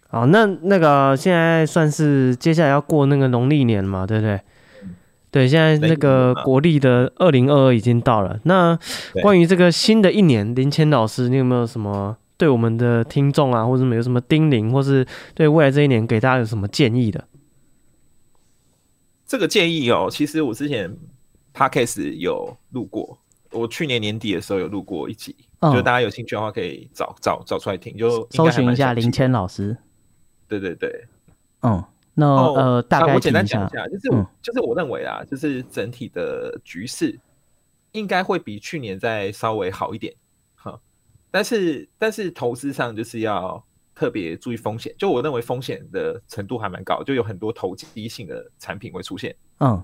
Speaker 2: 好，那那个现在算是接下来要过那个农历年嘛，对不对？对，现在那个国历的二零二二已经到了。那
Speaker 4: 对
Speaker 2: 关于这个新的一年，林谦老师，你有没有什么对我们的听众啊，或者有什么叮咛，或是对未来这一年给大家有什么建议的？
Speaker 4: 这个建议哦，其实我之前 podcast 有录过，我去年年底的时候有录过一集，
Speaker 3: 嗯
Speaker 4: 就大家有兴趣的话可以找找找出来听，就应
Speaker 3: 搜
Speaker 4: 该还蛮
Speaker 3: 寻一下
Speaker 4: 详细
Speaker 3: 林谦老师。
Speaker 4: 对对对，
Speaker 3: 嗯，那、
Speaker 4: 哦
Speaker 3: 呃，大
Speaker 4: 啊
Speaker 3: 概
Speaker 4: 我简
Speaker 3: 听
Speaker 4: 单
Speaker 3: 一
Speaker 4: 讲
Speaker 3: 下
Speaker 4: 一。下，就是我、
Speaker 3: 嗯
Speaker 4: 就是我认为啦，就是整体的局势应该会比去年再稍微好一点，哈。但是但是投资上就是要特别注意风险，就我认为风险的程度还蛮高，就有很多投机性的产品会出现，
Speaker 3: 嗯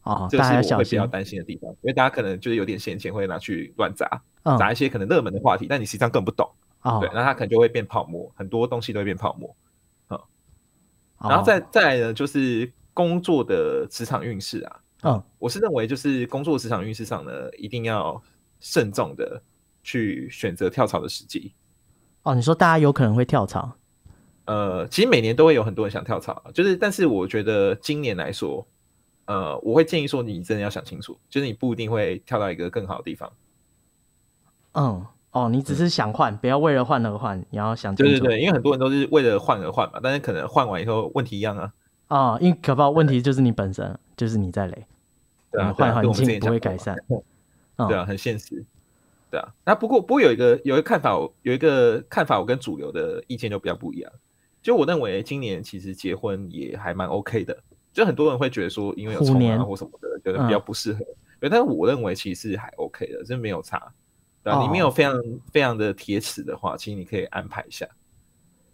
Speaker 4: 好，
Speaker 3: 哦，
Speaker 4: 这个
Speaker 3: 大家要
Speaker 4: 是我
Speaker 3: 小
Speaker 4: 会比
Speaker 3: 心
Speaker 4: 较。担心的地方，因为大家可能就是有点闲钱会拿去乱砸，
Speaker 3: 嗯，
Speaker 4: 砸一些可能热门的话题，但你实际上根本不懂，
Speaker 3: 哦
Speaker 4: 对，，那它可能就会变泡沫，很多东西都会变泡沫。然
Speaker 3: 哦
Speaker 4: 后再再来呢，就是工作的职场运势啊。
Speaker 3: 嗯，
Speaker 4: 我是认为就是工作职场运势上呢，一定要慎重的去选择跳槽的时机。
Speaker 3: 哦，你说大家有可能会跳槽。
Speaker 4: 呃，其实每年都会有很多人想跳槽，啊就是但是我觉得今年来说，呃，我会建议说你真的要想清楚，就是你不一定会跳到一个更好的地方。
Speaker 3: 嗯，哦，你只是想换，不要为了换而换，你要想清
Speaker 4: 对
Speaker 3: 楚。
Speaker 4: 对对，因为很多人都是为了换而换嘛，但是可能换完以后问题一样啊。
Speaker 3: 哦，因为可不好，问题就是你本身就是你在累，
Speaker 4: 对啊，
Speaker 3: 嗯
Speaker 4: 对
Speaker 3: 换
Speaker 4: 啊跟
Speaker 3: 环
Speaker 4: 我们之
Speaker 3: 境
Speaker 4: 前
Speaker 3: 不
Speaker 4: 讲
Speaker 3: 会
Speaker 4: 过
Speaker 3: 改
Speaker 4: 嘛
Speaker 3: 善。
Speaker 4: 对
Speaker 3: 嗯，
Speaker 4: 啊，很现实，对啊。那不过不过有一个有一个看法，我有一个看法，我跟主流的意见就比较不一样。就我认为今年其实结婚也还蛮 OK 的，就很多人会觉得说因为有
Speaker 3: 虎
Speaker 4: 冲啊
Speaker 3: 年
Speaker 4: 或什么的，觉得比较
Speaker 3: 嗯
Speaker 4: 不适合。对，但是我认为其实还 OK 的，真没有差。对啊，你没
Speaker 3: 哦
Speaker 4: 有非常非常的铁齿的话，其实你可以安排一下。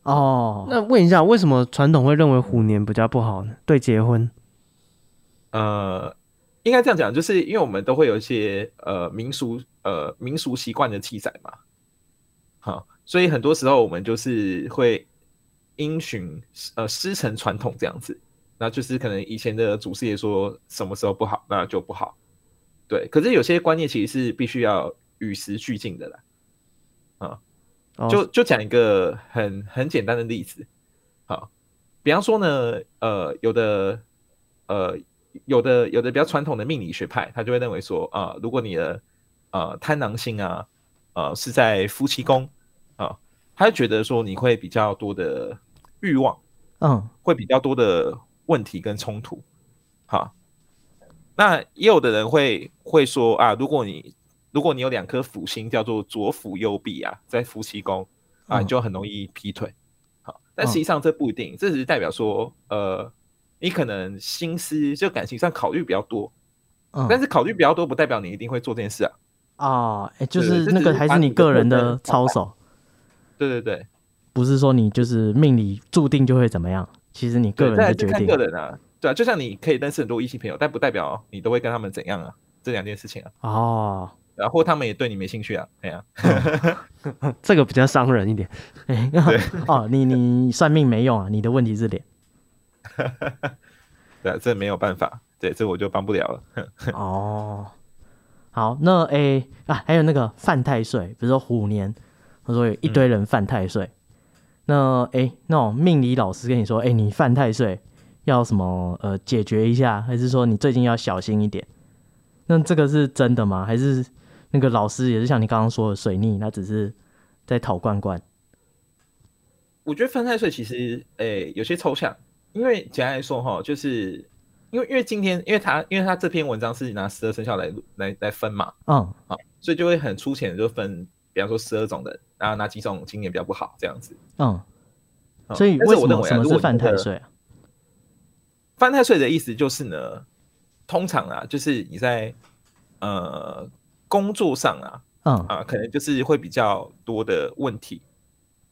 Speaker 3: 哦，
Speaker 2: 那问一下，为什么传统会认为虎年比较不好呢？对结婚
Speaker 4: 呃，应该这样讲，就是因为我们都会有一些呃民俗呃民俗习惯的记载嘛，好，所以很多时候我们就是会因循呃师承传统这样子，那就是可能以前的祖师爷说什么时候不好，那就不好，对。可是有些观念其实是必须要与时俱进的啦，啊
Speaker 2: 哦，
Speaker 4: 就就讲一个很很简单的例子，好，比方说呢，呃，有的呃有的有的比较传统的命理学派，他就会认为说啊、如果你的呃贪狼星啊，呃是在夫妻宫啊、他就觉得说你会比较多的欲望，
Speaker 3: 嗯，
Speaker 4: 会比较多的问题跟冲突。好，那也有的人会会说啊，如果你如果你有两颗辅星叫做左辅右弼啊，在夫妻宫，啊，
Speaker 3: 嗯
Speaker 4: 你就很容易劈腿。好，
Speaker 3: 嗯
Speaker 4: 但实际上这不一定，这只是代表说，呃，你可能心思就感情上考虑比较多，
Speaker 3: 嗯，
Speaker 4: 但是考虑比较多不代表你一定会做这件事啊。
Speaker 3: 哦，哎，就
Speaker 4: 对
Speaker 3: 是
Speaker 4: 这
Speaker 3: 那
Speaker 4: 只
Speaker 3: 个
Speaker 4: 是
Speaker 3: 还
Speaker 4: 把
Speaker 3: 是你
Speaker 4: 你的
Speaker 3: 个人
Speaker 4: 个人
Speaker 3: 的
Speaker 4: 想
Speaker 3: 操
Speaker 4: 法
Speaker 3: 守，
Speaker 4: 对对对，
Speaker 3: 不是说你就是命里注定就会怎么样，其实你个
Speaker 4: 对，
Speaker 3: 人
Speaker 4: 再来
Speaker 3: 的
Speaker 4: 就
Speaker 3: 决
Speaker 4: 看
Speaker 3: 定
Speaker 4: 个。人啊，对啊，就像你可以认识很多异性朋友，但不代表你都会跟他们怎样啊，这两件事情啊，
Speaker 3: 哦，
Speaker 4: 然后他们也对你没兴趣啊，哎呀、
Speaker 2: 这个比较伤人一点。
Speaker 3: 哎 哦，你你算命没用啊，你的问题是脸。
Speaker 4: 对啊，这没有办法，对，这我就帮不了了。
Speaker 3: 哦，好，那诶、啊，还有那个犯太岁，比如说虎年，他说有一堆人犯太岁，那诶、那种命理老师跟你说，诶、你犯太岁要什么呃解决一下，还是说你最近要小心一点？那这个是真的吗？还是那个老师也是像你刚刚说的水逆，他只是在讨罐罐？
Speaker 4: 我觉得分太岁其实，诶、有些抽象，因为简单来说哈，就是因为因为今天，因为他因为他这篇文章是拿十二生肖来来来分嘛，
Speaker 3: 嗯，
Speaker 4: 所以就会很粗浅的就分，比方说十二种人，然后哪几种今年比较不好这样子。
Speaker 3: 嗯，
Speaker 4: 嗯
Speaker 3: 所以
Speaker 4: 但
Speaker 3: 为什
Speaker 4: 是我认
Speaker 3: 么
Speaker 4: 为啊
Speaker 3: 什么
Speaker 4: 如
Speaker 3: 是
Speaker 4: 果你
Speaker 3: 犯
Speaker 4: 真
Speaker 3: 太
Speaker 4: 的
Speaker 3: 岁啊？
Speaker 4: 犯太岁的意思就是呢，通常啊，就是你在呃工作上啊
Speaker 3: 嗯，
Speaker 4: 啊，可能就是会比较多的问题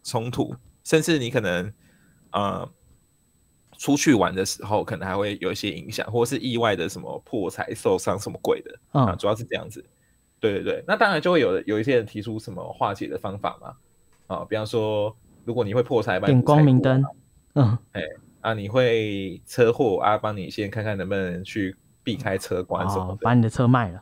Speaker 4: 冲突，甚至你可能呃出去玩的时候，可能还会有一些影响，或是意外的什么破财、受伤什么鬼的啊，
Speaker 3: 嗯，
Speaker 4: 主要是这样子。对对对，那当然就会有有一些人提出什么化解的方法嘛，啊，比方说如果你会破财，帮你
Speaker 3: 点
Speaker 4: 补财
Speaker 3: 光明
Speaker 4: 库啊
Speaker 3: 灯，嗯，
Speaker 4: 啊，你会车祸啊，帮你先看看能不能去避开车关什么
Speaker 3: 哦，
Speaker 4: 的。
Speaker 3: 把你的车卖了，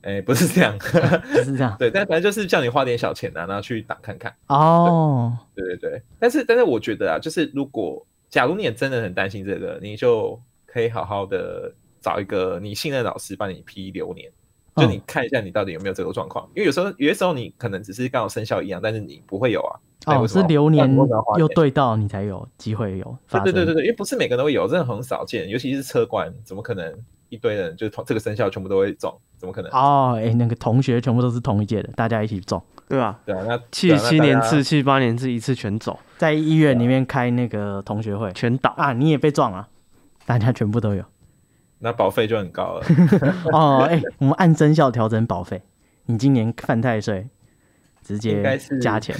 Speaker 4: 哎、不是这样，
Speaker 3: 就是这样。
Speaker 4: 对，但反正就是叫你花点小钱啊，然后去打看看。
Speaker 3: 哦，
Speaker 4: 对对对，但是但是我觉得啊，就是如果假如你也真的很担心这个，你就可以好好的找一个你信任的老师帮你批流年，就
Speaker 3: 嗯
Speaker 4: 你看一下你到底有没有这个状况。因为有时候有些时候你可能只是刚好生肖一样，但是你不会有啊。那你
Speaker 3: 哦，
Speaker 4: 为什么
Speaker 3: 是
Speaker 4: 要
Speaker 3: 流
Speaker 4: 那
Speaker 3: 年
Speaker 4: 你为什么要花
Speaker 3: 又
Speaker 4: 钱
Speaker 3: 对到，你才有机会有发生。
Speaker 4: 对对对对，因为不是每个人都会有，真的很少见，尤其是车管，怎么可能一堆人就是同这个生肖全部都会中？怎么可能？
Speaker 3: 哦，哎、那个同学全部都是同一届的，大家一起中，
Speaker 2: 对吧？
Speaker 4: 对啊，那
Speaker 2: 七十七年次、
Speaker 4: 是，
Speaker 2: 七十八年次一次全走
Speaker 3: 在医院里面开那个同学会
Speaker 2: 全倒，
Speaker 3: 啊，你也被撞了，大家全部 都有。
Speaker 4: 那保费就 很高了。
Speaker 3: 哦，哎、我们按生肖调整保费，你今年犯太岁，直
Speaker 4: 应该
Speaker 3: 接
Speaker 4: 是
Speaker 3: 加 钱。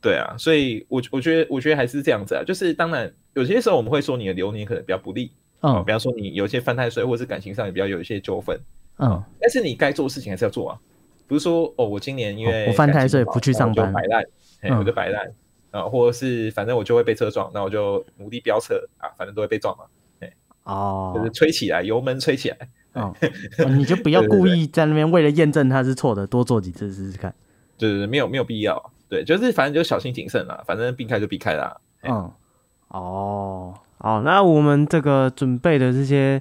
Speaker 4: 对啊，所以我我觉得我觉得还是这样子啊，就是当然有些时候我们会说你的流年可能比较不利，哦，
Speaker 3: 嗯
Speaker 4: 比方说你有一些犯太岁，或者是感情上也比较有一些纠纷，
Speaker 3: 嗯，
Speaker 4: 但是你该做的事情还是要做啊，不是说哦我今年因为
Speaker 3: 哦我犯太岁
Speaker 4: 感情好
Speaker 3: 不去上班
Speaker 4: 我就摆烂，嘿
Speaker 3: 嗯
Speaker 4: 我就摆烂啊，或者是反正我就会被车撞，那我就努力飙车啊，反正都会被撞嘛。就是
Speaker 3: 哦，
Speaker 4: 吹起来，油门吹起来。
Speaker 3: 哦，哦你就不要
Speaker 4: 对对
Speaker 3: 故
Speaker 4: 对
Speaker 3: 意在那边为了验证他是错的，多做几次试试看。
Speaker 4: 对对对，没有没有必要。对，就是反正就小心谨慎啦，反正避开就避开啦。哎
Speaker 3: 嗯，哦，
Speaker 2: 好，那我们这个准备的这些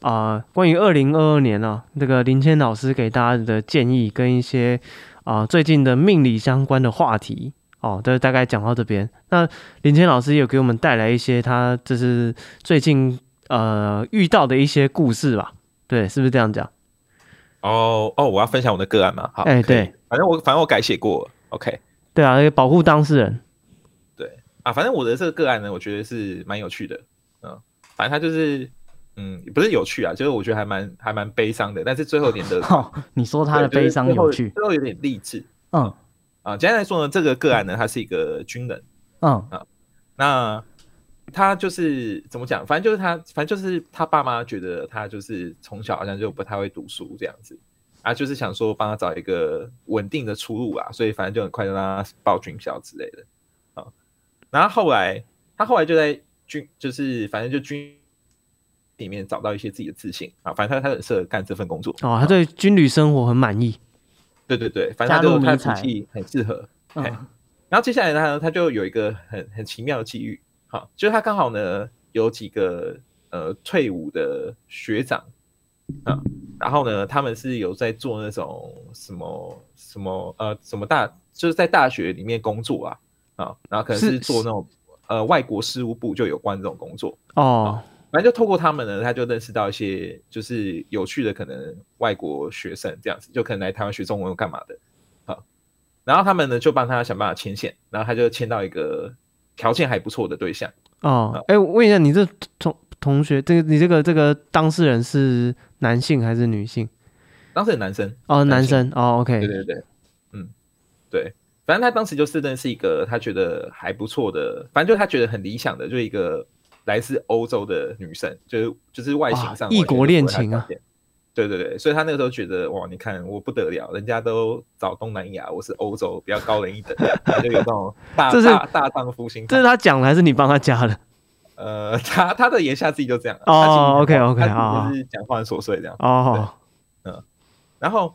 Speaker 2: 啊、呃关于二零二二年啊，这个林谦老师给大家的建议跟一些啊、最近的命理相关的话题哦，都大概讲到这边。那林谦老师也有给我们带来一些他就是最近呃遇到的一些故事吧？对，是不是这样讲？
Speaker 4: 哦哦，我要分享我的个案嘛。好，
Speaker 2: 哎
Speaker 4: 可以
Speaker 2: 对，
Speaker 4: 反正我反正我改写过了。OK
Speaker 2: 对啊，那个保护当事人。
Speaker 4: 啊，反正我的这个个案呢，我觉得是蛮有趣的。嗯，反正它就是嗯，不是有趣啊，就是我觉得还蛮还蛮悲伤的，但是最后有点的
Speaker 3: 哦，你说 他的悲伤有趣，
Speaker 4: 最后有点励志
Speaker 3: 嗯
Speaker 4: 啊。简单来说呢，这个个案呢，他是一个军人。
Speaker 3: 嗯
Speaker 4: 那他就是怎么讲？反正就是他，反正就是他爸妈觉得他就是从小好像就不太会读书这样子啊，就是想说帮他找一个稳定的出路啊，所以反正就很快就让他报军校之类的啊。然后后来他后来就在军，就是反正就军里面找到一些自己的自信啊，反正他他很适合干这份工作
Speaker 2: 哦，他对军旅生活很满意。
Speaker 4: 对对对，反正他
Speaker 3: 加入
Speaker 4: 就他的
Speaker 3: 迷彩
Speaker 4: 脾气很适合，嘿
Speaker 3: 嗯
Speaker 4: 然后接下来呢，他就有一个很很奇妙的际遇，好，就是他刚好呢有几个呃退伍的学长，啊，然后呢他们是有在做那种什么什么呃什么大，就是在大学里面工作啊啊，然后可能
Speaker 2: 是
Speaker 4: 是做那种呃外国事务部就有关这种工作，
Speaker 2: 哦，
Speaker 4: 反正就透过他们呢，他就认识到一些就是有趣的可能外国学生这样子，就可能来台湾学中文干嘛的，好，然后他们呢就帮他想办法牵线，然后他就牵到一个条件还不错的对象。
Speaker 2: 哦，
Speaker 4: 啊
Speaker 2: 哎、我问一下，你这同同学，这个你这个这个当事人是男性还是女性？
Speaker 4: 当时的男生，
Speaker 2: 哦，男
Speaker 4: 男性
Speaker 2: 生，哦，OK，
Speaker 4: 对对对，嗯，对，反正他当时就是认识一个他觉得还不错的，反正就他觉得很理想的，就一个来自欧洲的女生，就是就是外形
Speaker 2: 哇
Speaker 4: 上完全
Speaker 2: 异
Speaker 4: 就
Speaker 2: 国
Speaker 4: 符合
Speaker 2: 恋
Speaker 4: 他的
Speaker 2: 情啊
Speaker 4: 条件。对对对，所以他那个时候觉得哇，你看我不得了，人家都找东南亚，我是欧洲，比较高人一等， 他就有那种大
Speaker 2: 这是
Speaker 4: 大大丈夫心
Speaker 2: 这
Speaker 4: 态
Speaker 2: 是。他讲的还是你帮他加的？
Speaker 4: 呃，他他的言下之意就这样啊。
Speaker 2: 哦
Speaker 4: 他其实
Speaker 2: OK，OK，
Speaker 4: 他
Speaker 2: 好
Speaker 4: 其实就是讲话很琐碎这样。
Speaker 2: 哦，
Speaker 4: 然后，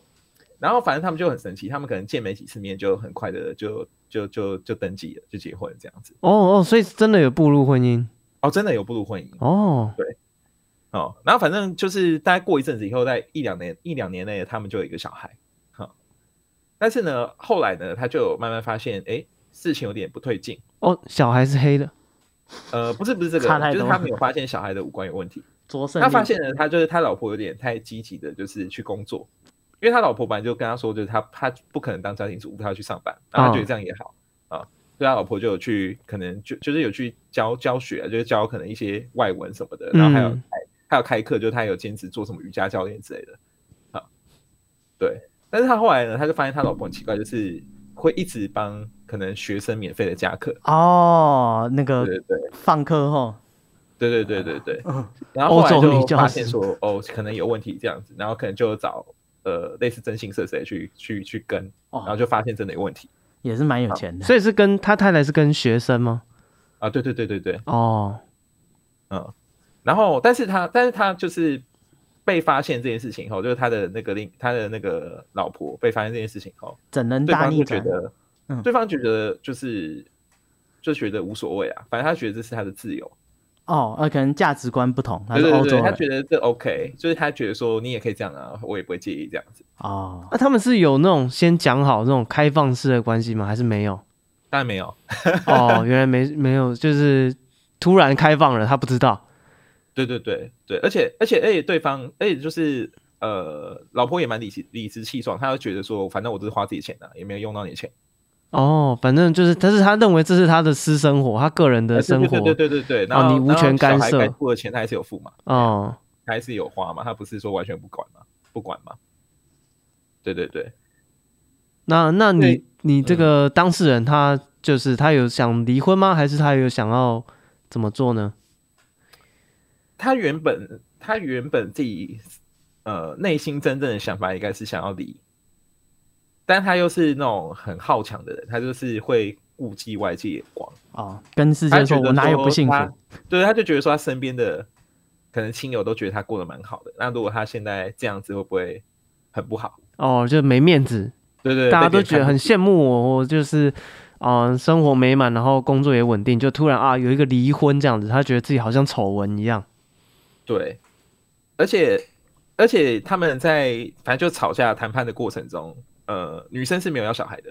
Speaker 4: 然后反正他们就很神奇，他们可能见没几次面就很快的就就就就登记了，就结婚这样子。
Speaker 2: 哦哦，所以真的有步入婚姻
Speaker 4: 哦，真的有步入婚姻
Speaker 2: 哦，
Speaker 4: 哦。然后反正就是大概过一阵子以后，在一两年一两年内，他们就有一个小孩。哈、但是呢，后来呢，他就有慢慢发现，哎，事情有点不对劲。
Speaker 2: 哦，小孩是黑的，
Speaker 4: 呃，不是不是这个
Speaker 3: 差太，
Speaker 4: 就是
Speaker 3: 多
Speaker 4: 他
Speaker 3: 了
Speaker 4: 没有发现小孩的五官有问题。
Speaker 3: 卓胜利
Speaker 4: 他发现呢，他就是他老婆有点太积极的，就是去工作，因为他老婆本来就跟他说，就是他他不可能当家庭主妇，他要去上班，然后他觉得这样也好、啊，所以他老婆就有去，可能就就是有去教教学、啊，就是教可能一些外文什么的，然后还有
Speaker 2: 嗯
Speaker 4: 开、还有开课，就是他有兼职做什么瑜伽教练之类的，啊，对，但是他后来呢，他就发现他老婆很奇怪，就是会一直帮可能学生免费的加课，
Speaker 3: 哦，那
Speaker 4: 对
Speaker 3: 个
Speaker 4: 对对
Speaker 3: 放课后，
Speaker 4: 对对对对对。
Speaker 3: 嗯，
Speaker 4: 然后后
Speaker 2: 欧洲
Speaker 4: 来
Speaker 2: 女
Speaker 4: 就
Speaker 2: 教
Speaker 4: 发
Speaker 2: 师
Speaker 4: 现说，哦，可能有问题这样子，然后可能就找呃类似征信社谁去去去跟，然后
Speaker 3: 哦，
Speaker 4: 就发现真的有问题
Speaker 3: 也是蛮有钱的，
Speaker 2: 所以是跟他太太是跟学生吗？
Speaker 4: 啊，对对对对对，
Speaker 2: 哦，
Speaker 4: 嗯，然后但是他但是他就是被发现这件事情后，就是他的那个另他的那个老婆被发现这件事情后，
Speaker 3: 整人
Speaker 4: 对
Speaker 3: 大
Speaker 4: 方
Speaker 3: 逆
Speaker 4: 就觉
Speaker 3: 转，
Speaker 4: 得，
Speaker 3: 嗯
Speaker 4: 对方觉得就是就觉得无所谓啊，反正他觉得这是他的自由，
Speaker 3: 哦，呃，可能价值观不同，他
Speaker 4: 对
Speaker 3: 是
Speaker 4: 对
Speaker 3: 欧
Speaker 4: 对对，
Speaker 3: 洲
Speaker 4: 他
Speaker 3: 人，
Speaker 4: 觉得这 OK，就是他觉得说你也可以这样啊，我也不会介意这样子，
Speaker 3: 哦，
Speaker 2: 啊那、他们是有那种先讲好那种开放式的关系吗？还是没有？
Speaker 4: 当然没有，
Speaker 2: 哦，原来没没有，就是突然开放了，他不知道。
Speaker 4: 对对对对，而且而且而且对方，而且就是呃，老婆也蛮理直理直气壮，她就觉得说，反正我都是花自己钱的、也没有用到你的钱，
Speaker 2: 哦，反正就是，但是他认为这是他的私生活，他个人的
Speaker 4: 呃
Speaker 2: 生活。哦
Speaker 4: 对对对对对对，然后、
Speaker 2: 你无
Speaker 4: 然后
Speaker 2: 权干
Speaker 4: 小孩
Speaker 2: 涉
Speaker 4: 该付的钱他还是有付嘛，
Speaker 2: 哦，
Speaker 4: 他还是有花嘛，他不是说完全不管嘛，不管嘛，对对对，
Speaker 2: 那那你
Speaker 4: 对
Speaker 2: 你这个当事人，他就是他有想离婚吗？还是他有想要怎么做呢？
Speaker 4: 他原本他原本自己呃内心真正的想法应该是想要离，但他又是那种很好强的人，他就是会顾忌外界眼光。
Speaker 3: 哦，跟世
Speaker 4: 他
Speaker 3: 界
Speaker 4: 觉
Speaker 3: 说
Speaker 4: 得
Speaker 3: 我哪有不幸
Speaker 4: 他
Speaker 3: 福，
Speaker 4: 对，他就觉得说他身边的可能亲友都觉得他过得蛮好的，那如果他现在这样子会不会很不好？
Speaker 2: 哦，就没面子，
Speaker 4: 对对
Speaker 2: 大家都觉得很
Speaker 4: 羡
Speaker 2: 羡慕我，我就是，嗯、生活美满，然后工作也稳定，就突然啊有一个离婚这样子，他觉得自己好像丑闻一样。
Speaker 4: 对，而且而且他们在反正就吵架谈判的过程中，呃，女生是没有要小孩的，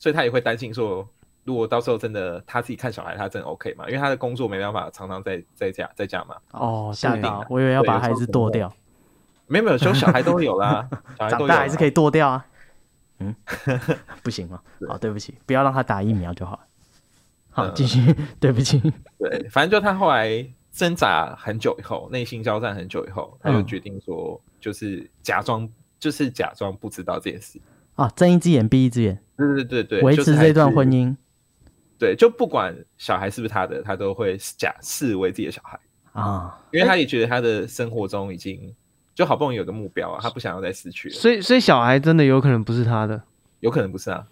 Speaker 4: 所以她也会担心说，如果到时候真的她自己看小孩，她真的 OK 嘛？因为她的工作没办法常常在在家在家嘛，
Speaker 2: 哦，
Speaker 3: 吓
Speaker 2: 对
Speaker 3: 到
Speaker 4: 对，
Speaker 3: 我以为要
Speaker 4: 对
Speaker 3: 把
Speaker 4: 有时
Speaker 3: 孩
Speaker 4: 候
Speaker 3: 子
Speaker 4: 可能
Speaker 3: 剁
Speaker 4: 会
Speaker 3: 掉，
Speaker 4: 没有没有，就小孩都 有啦，小孩都
Speaker 3: 长
Speaker 4: 有
Speaker 3: 大
Speaker 4: 啦
Speaker 3: 还是可以剁掉啊，嗯， 不行吗？好，对不起，不要让他打疫苗就好了。好，
Speaker 4: 嗯
Speaker 3: 继续， 对不起，嗯
Speaker 4: 对，反正就他后来挣扎很久以后，内心交战很久以后，他就
Speaker 3: 嗯
Speaker 4: 决定说，就是假装，就是假装不知道这件事。
Speaker 3: 啊，睁一只眼闭一只眼，
Speaker 4: 对对对对，
Speaker 3: 维
Speaker 4: 就
Speaker 3: 持
Speaker 4: 是还
Speaker 3: 这段
Speaker 4: 是
Speaker 3: 婚。姻
Speaker 4: 对，就不管小孩是不是他的，他都会假视为自己的小孩，
Speaker 3: 啊，
Speaker 4: 因为他也觉得他的生活中已经就好不容易有个目标啊，他不想要再失去了。
Speaker 2: 所以所以小孩真的有可能不是他的
Speaker 4: 有可能不是啊？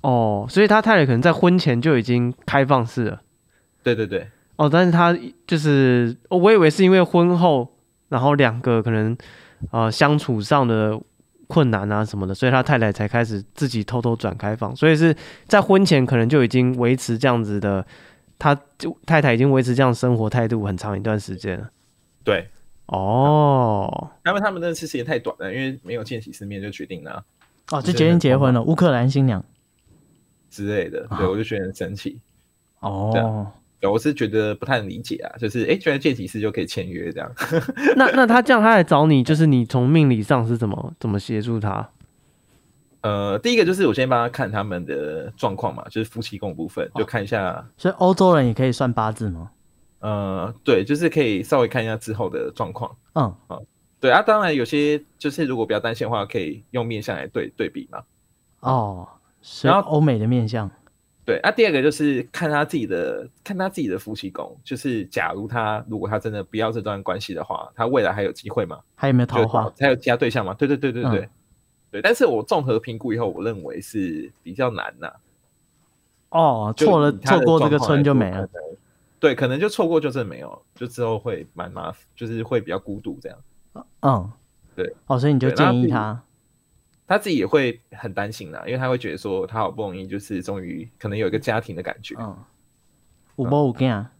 Speaker 2: 哦，所以他太太可能在婚前就已经开放式了
Speaker 4: 对对对，
Speaker 2: 哦，但是他就是、哦我以为是因为婚后，然后两个可能呃相处上的困难啊什么的，所以他太太才开始自己偷偷转开放，所以是在婚前可能就已经维持这样子的，他就太太已经维持这样生活态度很长一段时间了。
Speaker 4: 对，
Speaker 2: 哦，
Speaker 4: 他们他们认识时间太短了，因为没有见几次面就决定了啊
Speaker 3: 哦，
Speaker 4: 就
Speaker 3: 就是决定
Speaker 4: 很
Speaker 3: 结
Speaker 4: 疯
Speaker 3: 婚了，乌克兰新娘，
Speaker 4: 之类的。对，
Speaker 3: 啊
Speaker 4: 我就觉得很神奇。对啊
Speaker 3: 哦，
Speaker 4: 对，我是觉得不太能理解啊，就是哎，诶居然见几次就可以签约这样。
Speaker 2: 那那他这样他来找你，就是你从命理上是怎么怎么协助他？
Speaker 4: 呃，第一个就是我先帮他看他们的状况嘛，就是夫妻宫部分，
Speaker 3: 哦
Speaker 4: 就看一下，
Speaker 3: 所以欧洲人也可以算八字吗？
Speaker 4: 呃，对，就是可以稍微看一下之后的状况。
Speaker 3: 嗯，
Speaker 4: 对啊，当然有些就是如果比较担心的话，可以用面相来对对比嘛。
Speaker 3: 哦，所以
Speaker 4: 然后
Speaker 3: 欧美的面相，
Speaker 4: 对啊，第二个就是看他自己的，看他自己的夫妻宫，就是假如他如果他真的不要这段关系的话，他未来还有机会吗？
Speaker 3: 还有没有桃
Speaker 4: 就
Speaker 3: 花？
Speaker 4: 还有其他对象吗？对对对对对，
Speaker 3: 嗯
Speaker 4: 对。但是我综合评估以后，我认为是比较难呐、
Speaker 3: 哦，
Speaker 4: 就
Speaker 3: 错了，
Speaker 4: 以他
Speaker 3: 错
Speaker 4: 的
Speaker 3: 过这个
Speaker 4: 状况来
Speaker 3: 村就
Speaker 4: 说
Speaker 3: 没了。。
Speaker 4: 可能对，可能就错过就真的没有了，就之后会蛮麻烦，就是会比较孤独这样。
Speaker 3: 嗯，
Speaker 4: 对。
Speaker 3: 哦，所以你就
Speaker 4: 对那
Speaker 3: 建议
Speaker 4: 不
Speaker 3: 他，
Speaker 4: 他自己也会很担心啦，因为他会觉得说，他好不容易就是终于可能有一个家庭的感觉，
Speaker 3: 嗯，五波五根啊，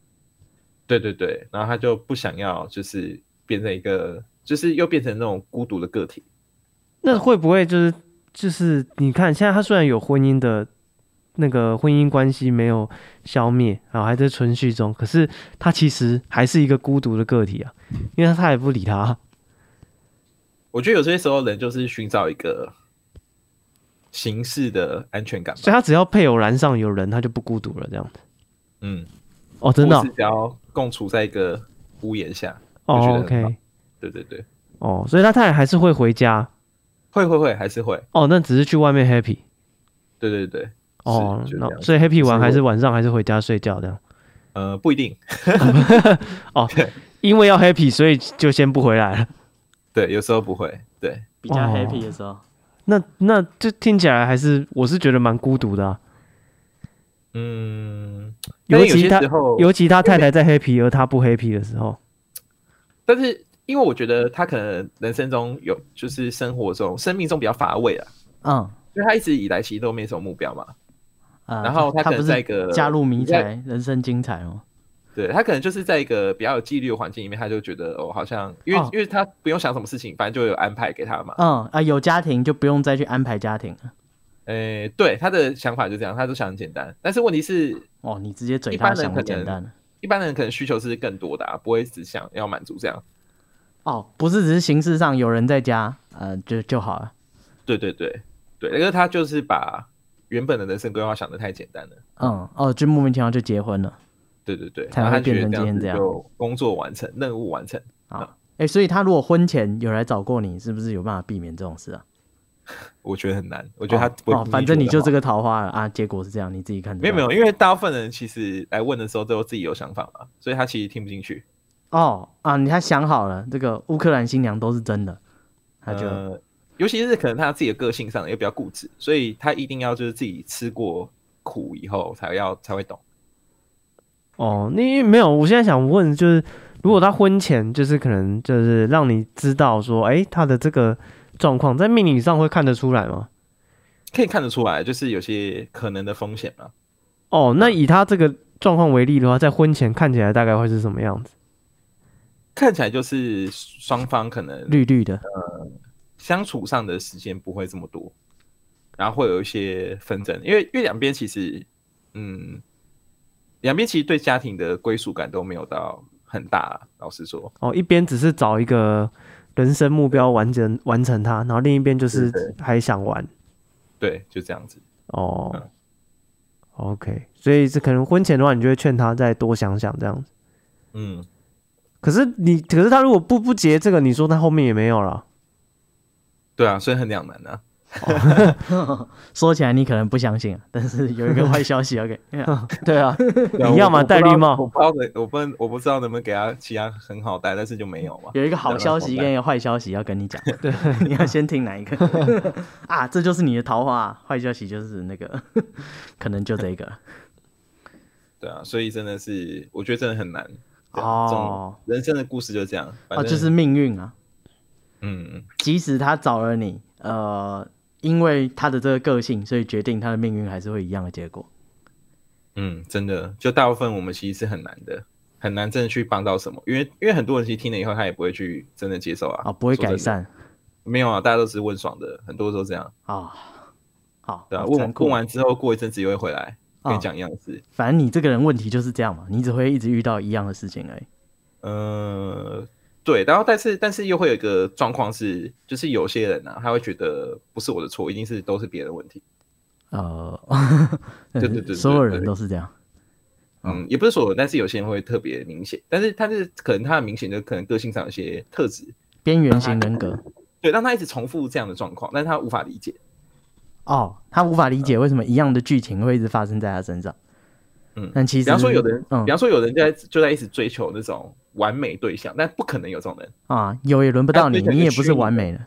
Speaker 4: 对对对，然后他就不想要就是变成一个，就是又变成那种孤独的个体。
Speaker 2: 那会不会就是就是你看，现在他虽然有婚姻的那个婚姻关系没有消灭，然后还在存续中，可是他其实还是一个孤独的个体啊，因为他也啊不理他。
Speaker 4: 我觉得有些时候人就是寻找一个形式的安全感吧，
Speaker 2: 所以他只要配偶栏上有人，他就不孤独了，这样子。
Speaker 4: 嗯，
Speaker 2: 哦，真的
Speaker 4: 或是只要共处在一个屋檐下，
Speaker 2: 哦
Speaker 4: 我觉得
Speaker 2: 哦
Speaker 4: 很棒
Speaker 2: ，OK，
Speaker 4: 对对对，
Speaker 2: 哦，所以他太太还是会回家。
Speaker 4: 会会会还是会，
Speaker 2: 哦，那只是去外面 happy。
Speaker 4: 对对对，
Speaker 2: 哦
Speaker 4: 是，就
Speaker 2: 那
Speaker 4: 这样
Speaker 2: 所以 happy 完
Speaker 4: 是
Speaker 2: 还是
Speaker 4: 我
Speaker 2: 晚上还是回家睡觉这样。
Speaker 4: 呃，不一定，
Speaker 2: 因为要 happy，所以就先不回来了。
Speaker 4: 对，有时候不会，对，
Speaker 3: 比较
Speaker 2: 哦
Speaker 3: happy 的时候，
Speaker 2: 那那就听起来还是我是觉得蛮孤独的、啊，
Speaker 4: 嗯，但
Speaker 2: 尤
Speaker 4: 是有
Speaker 2: 其
Speaker 4: 些
Speaker 2: 他
Speaker 4: 时候，
Speaker 2: 尤其他太太在 happy 而他不 happy 的时候，
Speaker 4: 但是因为我觉得他可能人生中有就是生活中生命中比较乏味啊，
Speaker 3: 嗯，
Speaker 4: 因为他一直以来其实都没什么目标嘛，
Speaker 3: 呃
Speaker 4: 然后
Speaker 3: 他
Speaker 4: 他可
Speaker 3: 不
Speaker 4: 能
Speaker 3: 是
Speaker 4: 在一个
Speaker 3: 加入迷
Speaker 4: 比较
Speaker 3: 彩，人生精彩哦。
Speaker 4: 对他可能就是在一个比较有纪律的环境里面，他就觉得哦，好像因为、
Speaker 3: 哦
Speaker 4: 因为他不用想什么事情，反正就有安排给他嘛。
Speaker 3: 嗯啊，有家庭就不用再去安排家庭了。
Speaker 4: 诶、对他的想法就这样，他都想很简单。但是问题是，
Speaker 3: 哦，你直接嘴
Speaker 4: 一般
Speaker 3: 他
Speaker 4: 人
Speaker 3: 想的
Speaker 4: 可
Speaker 3: 简
Speaker 4: 能
Speaker 3: 单了。
Speaker 4: 一般人可能需求是更多的、啊，不会只想要满足这样。
Speaker 3: 哦，不是只是形式上有人在家，呃，就就好了。
Speaker 4: 对对对对，因为他就是把原本的人生规划想得太简单了。
Speaker 3: 嗯，哦，就莫名其妙就结婚了。
Speaker 4: 对对对，
Speaker 3: 才
Speaker 4: 然后
Speaker 3: 会
Speaker 4: 他觉
Speaker 3: 变成
Speaker 4: 得这
Speaker 3: 今
Speaker 4: 样
Speaker 3: 天
Speaker 4: 子
Speaker 3: 这样
Speaker 4: 就工作完成，任务完成。
Speaker 3: 啊，哎，所以他如果婚前有来找过你，是不是有办法避免这种事啊？
Speaker 4: 我觉得很难，我觉得他不会
Speaker 3: 哦，
Speaker 4: 故意
Speaker 3: 反正你
Speaker 4: 做
Speaker 3: 就
Speaker 4: 的
Speaker 3: 这个桃花了啊，结果是这样，你自己看着
Speaker 4: 没有
Speaker 3: 办
Speaker 4: 没有，因为大部分人其实来问的时候都有自己有想法嘛，所以他其实听不进去。
Speaker 3: 哦啊，你他想好了，这个乌克兰新娘都是真的，他就、
Speaker 4: 呃尤其是可能他自己的个性上也比较固执，所以他一定要就是自己吃过苦以后才要才会懂。
Speaker 2: 哦，你没有，我现在想问就是，如果他婚前就是可能就是让你知道说，哎、他的这个状况在命理上会看得出来吗？
Speaker 4: 可以看得出来，就是有些可能的风险嘛。
Speaker 2: 哦，那以他这个状况为例的话，在婚前看起来大概会是什么样子？
Speaker 4: 看起来就是双方可能
Speaker 3: 绿绿的
Speaker 4: 相处上的时间不会这么多，然后会有一些纷争，因为因为两边其实，嗯，两边其实对家庭的归属感都没有到很大啦。老实说，
Speaker 2: 哦，一边只是找一个人生目标完成完成它，然后另一边就是
Speaker 4: 对对
Speaker 2: 还想玩。
Speaker 4: 对，就这样子。
Speaker 2: 哦、
Speaker 4: 嗯
Speaker 2: o k 所以这可能婚前的话，你就会劝他再多想想这样子。
Speaker 4: 嗯，
Speaker 2: 可是你，可是他如果不不结这个，你说他后面也没有了，
Speaker 4: 对啊，所以很两难啊。
Speaker 3: 说起来你可能不相信啊，但是有一个坏消息要 给， 对啊，
Speaker 4: 对啊
Speaker 2: 你要么
Speaker 4: 我我不知道
Speaker 2: 戴绿帽
Speaker 4: 我不知道能，我不能，我不知道能不能给他其他很好戴，但是就没有嘛。
Speaker 3: 有一个好消 息跟一个坏消息要跟你讲，对， 你要先听哪一个 啊？这就是你的桃花啊、坏消息就是那个， 可能就这个
Speaker 4: 对啊，所以真的是，我觉得真的很难。 对啊这种
Speaker 3: 哦
Speaker 4: 人生的故事就这样，反
Speaker 3: 哦，
Speaker 4: 正、
Speaker 3: 就是命运啊。
Speaker 4: 嗯，
Speaker 3: 即使他找了你，呃，因为他的这个个性，所以决定他的命运还是会一样的结果。
Speaker 4: 嗯，真的，就大部分我们其实是很难的，很难真的去帮到什么，因为因为很多人其实听了以后，他也不会去真的接受啊，
Speaker 3: 啊，不会
Speaker 4: 说真
Speaker 3: 改
Speaker 4: 的，
Speaker 3: 善
Speaker 4: 没有啊，大家都是问爽的，很多都这样，
Speaker 3: 啊。好，
Speaker 4: 对啊，
Speaker 3: 好
Speaker 4: 问
Speaker 3: 残
Speaker 4: 完
Speaker 3: 酷
Speaker 4: 问完之后，过一阵子又会回来，
Speaker 3: 啊
Speaker 4: 跟你讲一样的事，
Speaker 3: 反正你这个人问题就是这样嘛，你只会一直遇到一样的事情而已。
Speaker 4: 呃，对，然后但是但是又会有一个状况是，就是有些人啊，他会觉得不是我的错，一定是都是别人的问题。
Speaker 3: 呃，
Speaker 4: 对对对
Speaker 3: 所有人
Speaker 4: 对
Speaker 3: 都是这样。啊
Speaker 4: 嗯，也不是所有人，但是有些人会特别明显，但是他是可能他的明显的可能个性上有些特质，
Speaker 3: 边缘型人格
Speaker 4: 对，让他一直重复这样的状况，但是他无法理解。
Speaker 3: 哦，他无法理解为什么一样的剧情会一直发生在他身上。
Speaker 4: 嗯
Speaker 3: 但其实
Speaker 4: 比方说有的人，
Speaker 3: 嗯
Speaker 4: 比方说有的人就在就在一直追求那种完美对象，但不可能有这种人。
Speaker 3: 啊，有也轮不到
Speaker 4: 他
Speaker 3: 你，
Speaker 4: 追求一
Speaker 3: 你
Speaker 4: 个
Speaker 3: 也不
Speaker 4: 虚
Speaker 3: 是
Speaker 4: 拟的
Speaker 3: 完美的。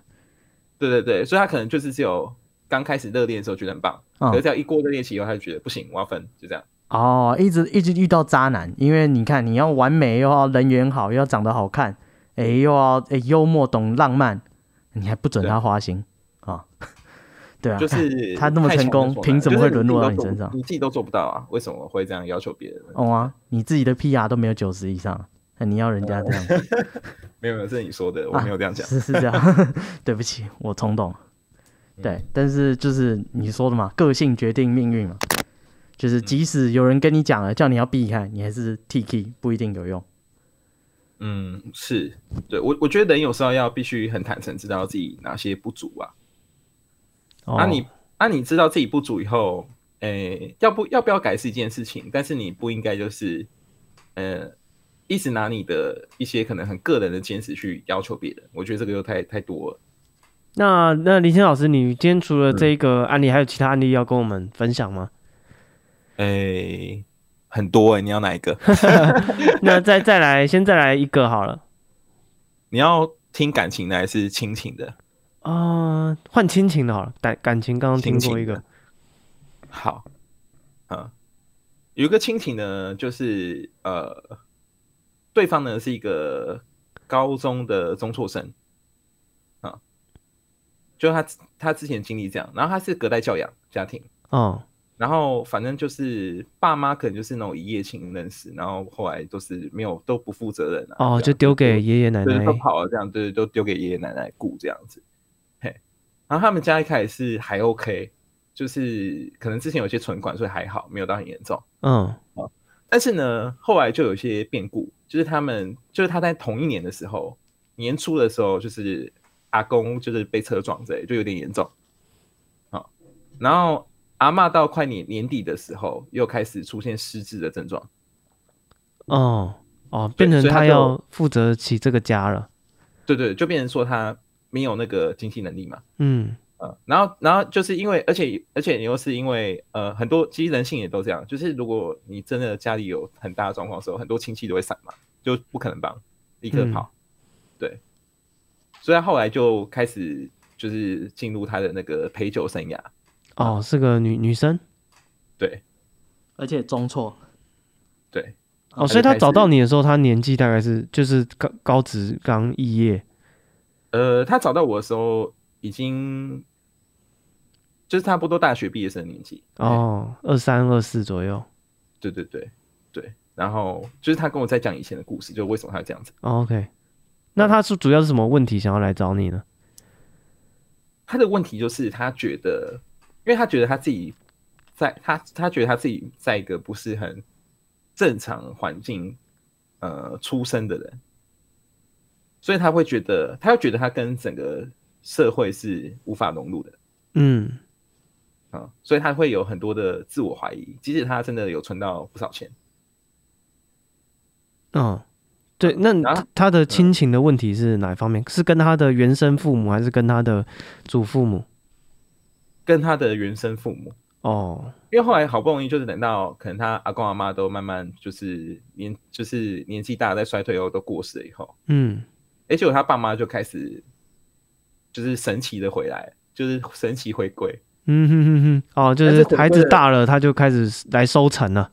Speaker 4: 对对对，所以他可能就是只有刚开始热恋的时候觉得很棒，
Speaker 3: 嗯
Speaker 4: 可是只要一过热恋期以后，他就觉得不行，我要分，就这样。
Speaker 3: 哦，一直一直遇到渣男，因为你看你要完美，又要人缘好，又要长得好看，哎、又要哎、幽默懂浪漫，你还不准他花心啊？ 对啊，
Speaker 4: 就是
Speaker 3: 他那么
Speaker 4: 太
Speaker 3: 成功
Speaker 4: 强的
Speaker 3: 凭什么
Speaker 4: 就
Speaker 3: 会
Speaker 4: 是
Speaker 3: 沦
Speaker 4: 你自己
Speaker 3: 落到
Speaker 4: 都
Speaker 3: 你
Speaker 4: 做
Speaker 3: 身
Speaker 4: 不
Speaker 3: 上
Speaker 4: 你自己都做不到啊，为什么会这样要求别人呢？
Speaker 3: 哦啊，你自己的 PR 都没有九十以上，那你要人家这样子？
Speaker 4: 没有没有，这是你说的，
Speaker 3: 啊
Speaker 4: 我没有这样讲。
Speaker 3: 是是这样， 对不起，我冲动了。对，但是就是你说的嘛，个性决定命运嘛，就是即使有人跟你讲了，叫你要避开，你还是 T K 不一定有用。
Speaker 4: 嗯，是对我我觉得人有时候要必须很坦诚，知道自己哪些不足啊。
Speaker 3: 哦
Speaker 4: 啊你啊你知道自己不足以后，诶、要不要不要改是一件事情，但是你不应该就是，呃，一直拿你的一些可能很个人的坚持去要求别人，我觉得这个又太太多了。
Speaker 2: 那那林谦老师，你今天除了这个案例，还有其他案例要跟我们分享吗？
Speaker 4: 诶、很多诶、你要哪一个？ 嗯
Speaker 2: 那再再来，先再来一个好 了。
Speaker 4: 你要听感情的还是亲情的？
Speaker 2: 啊、换亲情的好了，感感情刚刚听
Speaker 4: 亲情
Speaker 2: 过一个
Speaker 4: 的，好，啊，有一个亲情呢，就是呃，对方呢是一个高中的中辍生，啊，就他他之前经历这样，然后他是隔代教养家庭，
Speaker 2: 哦，
Speaker 4: 然后反正就是爸妈可能就是那种一夜情认识，然后后来都是没有都不负责任啊，
Speaker 2: 哦，
Speaker 4: 这
Speaker 2: 就
Speaker 4: 样
Speaker 2: 丢给爷爷奶
Speaker 4: 对，
Speaker 2: 奶
Speaker 4: 都。跑了这样，对，都丢给爷爷奶奶顾这样子。嘿，然后他们家一开始是还 OK，就是可能之前有些存款，所以还好，没有到很严重。
Speaker 2: 嗯，
Speaker 4: 但是呢，后来就有一些变故，就是他们就是他在同一年的时候，年初的时候，就是阿公就是被车撞之类，就有点严重。好、然后阿嬷到快年年底的时候，又开始出现失智的症状。
Speaker 2: 哦，哦，
Speaker 4: 对
Speaker 2: 变成
Speaker 4: 所以他
Speaker 2: 他
Speaker 4: 就
Speaker 2: 要负责起这个家了。
Speaker 4: 对对，就变成说他没有那个经济能力嘛。
Speaker 2: 嗯，
Speaker 4: 呃，然后，然后就是因为，而且，而且你又是因为，呃，很多其实人性也都这样，就是如果你真的家里有很大的状况的时候，很多亲戚都会闪嘛，就不可能帮，立刻跑，对，所以他后来就开始就是进入他的那个陪酒生涯，啊
Speaker 2: 哦，是个女女生。
Speaker 4: 对
Speaker 3: 而且中错，
Speaker 4: 对，
Speaker 2: 哦，
Speaker 4: 他
Speaker 2: 所以
Speaker 4: 就
Speaker 2: 他
Speaker 4: 开
Speaker 2: 找
Speaker 4: 始
Speaker 2: 到你的时候，他年纪大概是就是高高职刚毕业。
Speaker 4: 呃，他找到我的时候已经就是差不多大学毕业生的年纪，
Speaker 2: 哦，二三二四左右。
Speaker 4: 对对对对，然后就是他跟我在讲以前的故事，就为什么他会这样子。
Speaker 2: 哦 OK，那他是主要是什么问题想要来找你呢？
Speaker 4: 他的问题就是他觉得，因为他觉得他自己在他他觉得他自己在一个不是很正常环境呃出生的人，所以他会觉得他会觉得他跟整个社会是无法融入的
Speaker 2: 嗯，
Speaker 4: 啊、所以他会有很多的自我怀疑，即使他真的有存到不少钱，
Speaker 2: 嗯，对，那
Speaker 4: 然后
Speaker 2: 他他的亲情的问题是哪一方面？是跟他的原生父母，还是跟他的祖父母？
Speaker 4: 跟他的原生父母。
Speaker 2: 哦，
Speaker 4: 因为后来好不容易就是等到可能他阿公阿妈都慢慢就是年就是年纪大在衰退后都过世了以后，
Speaker 2: 嗯，
Speaker 4: 而且他爸妈就开始就是神奇的回来，就是神奇回归。
Speaker 2: 嗯哼哼哼，哦，就
Speaker 4: 但
Speaker 2: 是
Speaker 4: 是回
Speaker 2: 孩
Speaker 4: 归
Speaker 2: 子
Speaker 4: 了
Speaker 2: 大了，他就开始来收成了。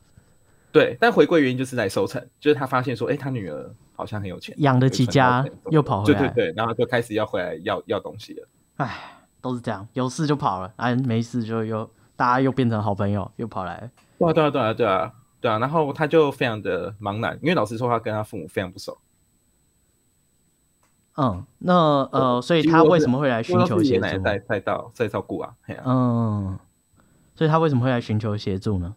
Speaker 4: 对，但回归原因就是来收成，就是他发现说，哎、他女儿好像很有钱，
Speaker 3: 养得起家
Speaker 4: 有存到钱
Speaker 3: 又跑回来
Speaker 4: 对对对，然后就开始要回来要要东西了。
Speaker 3: 唉，都是这样，有事就跑了，哎、没事就又大家又变成好朋友，又跑来了。
Speaker 4: 对啊，对啊，对啊，对啊，对啊。然后他就非常的茫然，因为老实说，他跟他父母非常不熟，
Speaker 3: 嗯，那呃，所以
Speaker 4: 几乎
Speaker 3: 他
Speaker 4: 都
Speaker 3: 为
Speaker 4: 是
Speaker 3: 什么会来寻求
Speaker 4: 都是爷
Speaker 3: 协
Speaker 4: 爷
Speaker 3: 助
Speaker 4: 奶？奶在在照在照顾啊，嘿啊
Speaker 3: 嗯，所以他为什么会来寻求协助呢？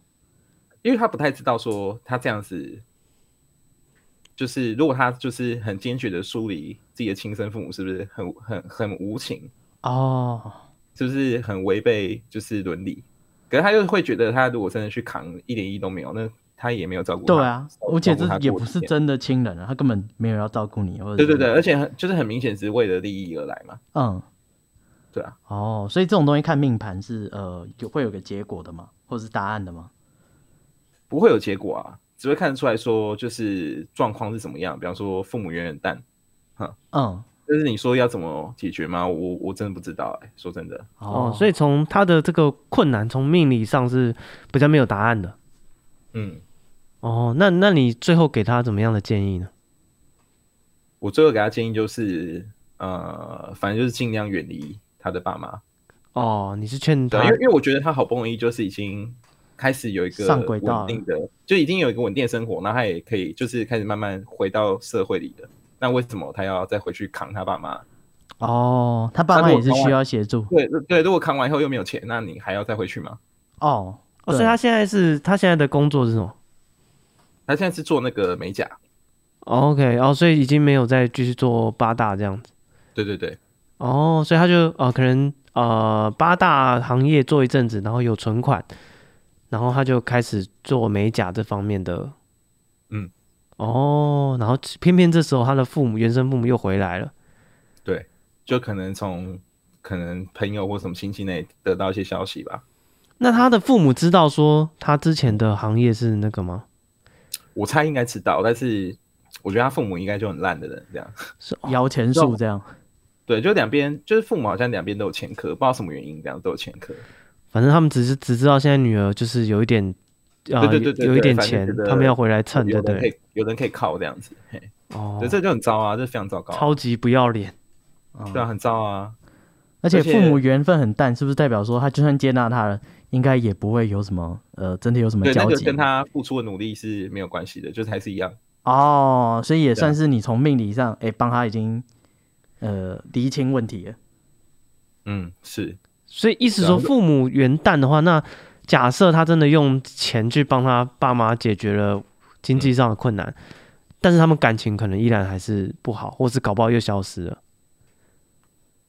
Speaker 4: 因为他不太知道说他这样子，就是如果他就是很坚决的梳理自己的亲生父母，是不是很很很无情？
Speaker 3: 哦，
Speaker 4: 是不是很违背就是伦理？可是他就会觉得，他如果真的去扛，一点意义都没有，那他也没有照顾他。
Speaker 3: 对啊，而且这也不是
Speaker 4: 真。
Speaker 3: 真的亲人啊，他根本没有要照顾你，或者
Speaker 4: 对对
Speaker 3: 是
Speaker 4: 对，而且很就是很明显是为了利益而来嘛，
Speaker 3: 嗯，
Speaker 4: 对啊，
Speaker 3: 哦，所以这种东西看命盘是呃有会有个结果的吗？或者是答案的吗？
Speaker 4: 不会有结果啊，只会看得出来说就是状况是怎么样。比方说父母远远淡，
Speaker 3: 嗯，
Speaker 4: 但是你说要怎么解决吗？我我真的不知道哎、说真的，
Speaker 2: 哦，所以从他的这个困难，从命理上是比较没有答案的。
Speaker 4: 嗯，
Speaker 2: 哦，那那你最后给他怎么样的建议呢？
Speaker 4: 我最后给他建议就是呃，反正就是尽量远离他的爸妈，
Speaker 2: 哦，你是劝
Speaker 4: 对啊，
Speaker 2: 他
Speaker 4: 因为因为我觉得他好不容易就是已经开始有一个
Speaker 3: 上轨道
Speaker 4: 稳定的，就已经有一个稳定的生活，然后他也可以就是开始慢慢回到社会里的。那为什么他要再回去扛他爸妈？
Speaker 3: 哦，他爸妈也是需要协助
Speaker 4: 对对，如果扛完以后又没有钱，那你还要再回去吗？
Speaker 3: 哦，
Speaker 2: 哦，所以
Speaker 3: 对
Speaker 2: 他现在是他现在的工作是什么、
Speaker 4: 他现在是做那个美甲，
Speaker 2: 哦、？OK，哦，所以已经没有再继续做八大这样子。
Speaker 4: 对对对，
Speaker 2: 哦，所以他就呃可能呃八大行业做一阵子，然后有存款，然后他就开始做美甲这方面的。
Speaker 4: 嗯，
Speaker 2: 哦，然后偏偏这时候他的父母原生父母又回来了。
Speaker 4: 就可能从可能朋友或什么亲戚那里得到一些消息吧。
Speaker 2: 那他的父母知道说他之前的行业是那个吗？
Speaker 4: 我猜应该知道，但是我觉得他父母应该就很烂的人，这样
Speaker 3: 摇钱树这样，
Speaker 4: 对，就两边就是父母好像两边都有前科，不知道什么原因这样都有前科。
Speaker 2: 反正他们只是只知道现在女儿就是有一点，呃，
Speaker 4: 对对对对
Speaker 2: 有有一点
Speaker 4: 反正
Speaker 2: 钱
Speaker 4: 觉，得
Speaker 2: 他们要回来蹭，对
Speaker 4: 有
Speaker 2: 不
Speaker 4: 人可
Speaker 2: 对？
Speaker 4: 以有人可以靠这样子，嘿，
Speaker 2: 哦
Speaker 4: 对，，这就很糟啊，这非常糟糕啊，
Speaker 2: 超级不要脸，
Speaker 3: 嗯
Speaker 4: 对啊，很糟啊。
Speaker 3: 而且
Speaker 4: 而且
Speaker 3: 父母缘分很淡，是不是代表说他就算接纳他了，应该也不会有什么呃真的有什么
Speaker 4: 对，那
Speaker 3: 交
Speaker 4: 个
Speaker 3: 集
Speaker 4: 跟他付出的努力是没有关系的，就是还是一样。
Speaker 3: 哦，所以
Speaker 4: 啊
Speaker 3: 也算是你从命理上哎帮、他已经呃厘清问题了。
Speaker 4: 嗯，是，
Speaker 2: 所以意思
Speaker 4: 对
Speaker 2: 说
Speaker 4: 啊
Speaker 2: 父母元旦的话，那假设他真的用钱去帮他爸妈解决了经济上的困难，
Speaker 4: 嗯
Speaker 2: 但是他们感情可能依然还是不好，或是搞不好又消失了。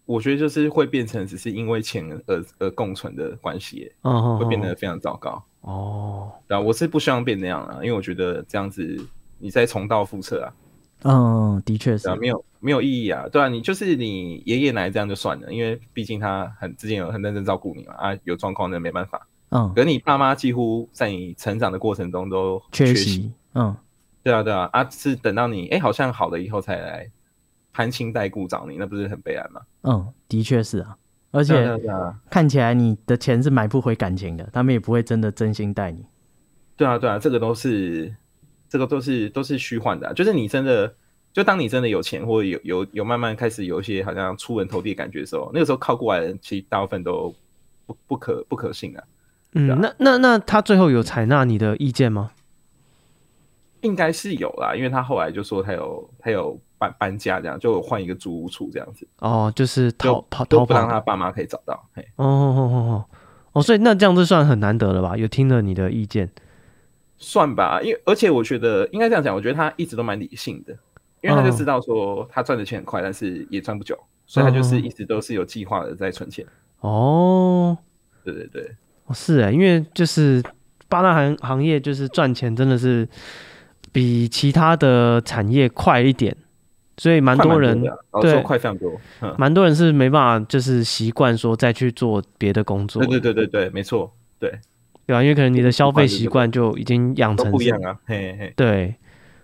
Speaker 4: 我觉得就是会变成只是因为钱而而共存的关系耶，
Speaker 2: 嗯，
Speaker 4: 会变
Speaker 2: 嗯
Speaker 4: 得
Speaker 2: 嗯
Speaker 4: 非常糟糕。
Speaker 2: 哦，
Speaker 4: 对啊，我是不希望变那样啊，因为我觉得这样子你再重蹈覆辙啊，
Speaker 3: 嗯，的确是
Speaker 4: 对啊，。没有没有意义啊，对啊，你就是你爷爷奶奶这样就算了，因为毕竟他很之前有很认真照顾你嘛，啊，有状况那没办法。
Speaker 3: 嗯，
Speaker 4: 可是你爸妈几乎在你成长的过程中都
Speaker 3: 缺
Speaker 4: 席，
Speaker 3: 席。嗯，
Speaker 4: 对啊对啊，啊是等到你哎、好像好了以后才来攀亲带故找你，那不是很悲哀吗？
Speaker 3: 嗯，的确是啊。而
Speaker 4: 对啊
Speaker 3: 且
Speaker 4: 对啊
Speaker 3: 看起来你的钱是买不回感情的，他们也不会真的真心待你。
Speaker 4: 对啊，对啊，这个都是，这个都是都是虚幻的啊、就是你真的，就当你真的有钱或者有有有慢慢开始有一些好像出人头地的感觉的时候，那个时候靠过来的人，其实大部分都不不可不可信啊，对啊
Speaker 2: 嗯，那那那他最后有采纳你的意见吗？
Speaker 4: 应该是有啦，因为他后来就说他有他有搬搬家这样，就有换一个租屋处这样子，
Speaker 2: 哦，就是
Speaker 4: 就
Speaker 2: 逃逃逃
Speaker 4: 都不
Speaker 2: 跑
Speaker 4: 让他爸妈可以找到，嘿，
Speaker 2: 哦哦哦哦，哦，所以那这样子算很难得了吧？有听了你的意见，
Speaker 4: 算吧，因为而且我觉得应该这样讲，我觉得他一直都蛮理性的，因为他
Speaker 2: 嗯
Speaker 4: 就知道说他赚的钱很快，但是也赚不久，所
Speaker 2: 嗯
Speaker 4: 以他就是一直都是有计划的在存钱。
Speaker 2: 哦，
Speaker 4: 对对对，
Speaker 2: 哦是哎，因为就是八大行行业就是赚钱真的是比其他的产业快一点，所以蛮
Speaker 4: 快
Speaker 2: 多人
Speaker 4: 的啊然后
Speaker 2: 对
Speaker 4: 说快非常多，嗯，
Speaker 2: 蛮多人是没办法就是习惯说再去做别的工作，
Speaker 4: 对对对对对，没错，
Speaker 2: 对啊吧？因为可能你的消费
Speaker 4: 习惯
Speaker 2: 习惯就已经养
Speaker 4: 都
Speaker 2: 成
Speaker 4: 不一
Speaker 2: 是
Speaker 4: 样啊，嘿嘿，
Speaker 2: 对。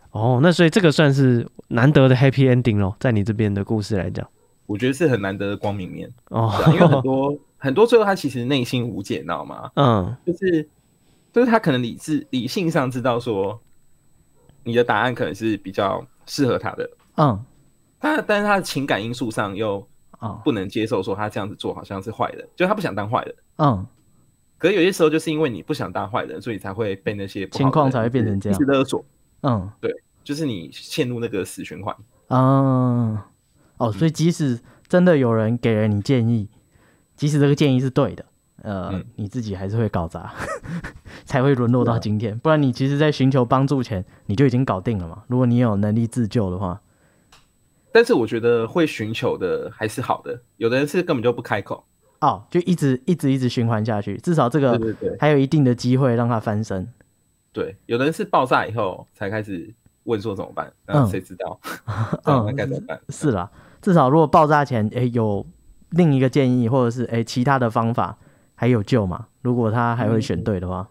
Speaker 2: 哦，那所以这个算是难得的 happy ending 咯，在你这边的故事来讲，
Speaker 4: 我觉得是很难得的光明面，
Speaker 2: 哦
Speaker 4: 对啊，因为很多很多最后他其实内心无解，你知道吗？
Speaker 2: 嗯，
Speaker 4: 就是就是他可能理智理性上知道说你的答案可能是比较适合他的，
Speaker 3: 嗯，
Speaker 4: 他但是他的情感因素上又
Speaker 3: 哦，
Speaker 4: 不能接受说他这样子做好像是坏人，就他不想当坏人。
Speaker 3: 嗯，
Speaker 4: 可是有些时候就是因为你不想当坏人，所以你才会被那些不好的
Speaker 3: 情况
Speaker 4: 人
Speaker 3: 才会变成这样
Speaker 4: 一直勒索，
Speaker 3: 嗯，
Speaker 4: 就是你陷入那个死循环。
Speaker 3: 嗯，哦，所以即使真的有人给了你建议，即使这个建议是对的，呃，
Speaker 4: 嗯
Speaker 3: 你自己还是会搞砸， 才会沦落到今
Speaker 4: 啊
Speaker 3: 天。不然你其实，在寻求帮助前，你就已经搞定了嘛。如果你有能力自救的话，
Speaker 4: 但是我觉得会寻求的还是好的，有的人是根本就不开口。
Speaker 3: 哦，就一直一直一直循环下去，至少这个
Speaker 4: 对对对
Speaker 3: 还有一定的机会让他翻身。
Speaker 4: 对，有的人是爆炸以后才开始问说怎么办，那
Speaker 3: 嗯
Speaker 4: 谁知道？
Speaker 3: 嗯
Speaker 4: 嗯，那该怎么办？
Speaker 3: 是啦，至少如果爆炸前诶、有另一个建议，或者是诶、其他的方法还有救嘛？如果他还会选对的话，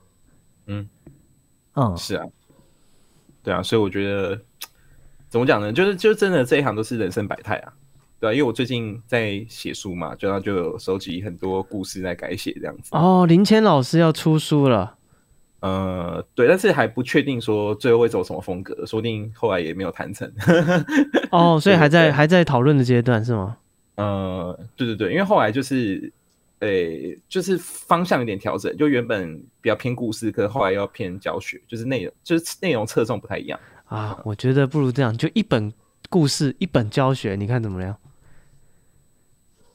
Speaker 4: 嗯
Speaker 3: 嗯
Speaker 4: 是啊，对啊，所以我觉得怎么讲呢？就是就真的这一行都是人生百态啊，对啊，因为我最近在写书嘛，就然后就有收集很多故事在改写这样子。
Speaker 2: 哦，林谦老师要出书了，
Speaker 4: 呃，对，但是还不确定说最后会走什么风格，说不定后来也没有谈成。
Speaker 2: 哦，所以还在
Speaker 4: 对
Speaker 2: 还在讨论的阶段是吗？
Speaker 4: 呃，对对对，因为后来就是，诶、就是方向有点调整，就原本比较偏故事，可是后来要偏教学，就是内容，就是内容侧重不太一样。
Speaker 2: 啊，我觉得不如这样，就一本故事，一本教学，你看怎么样？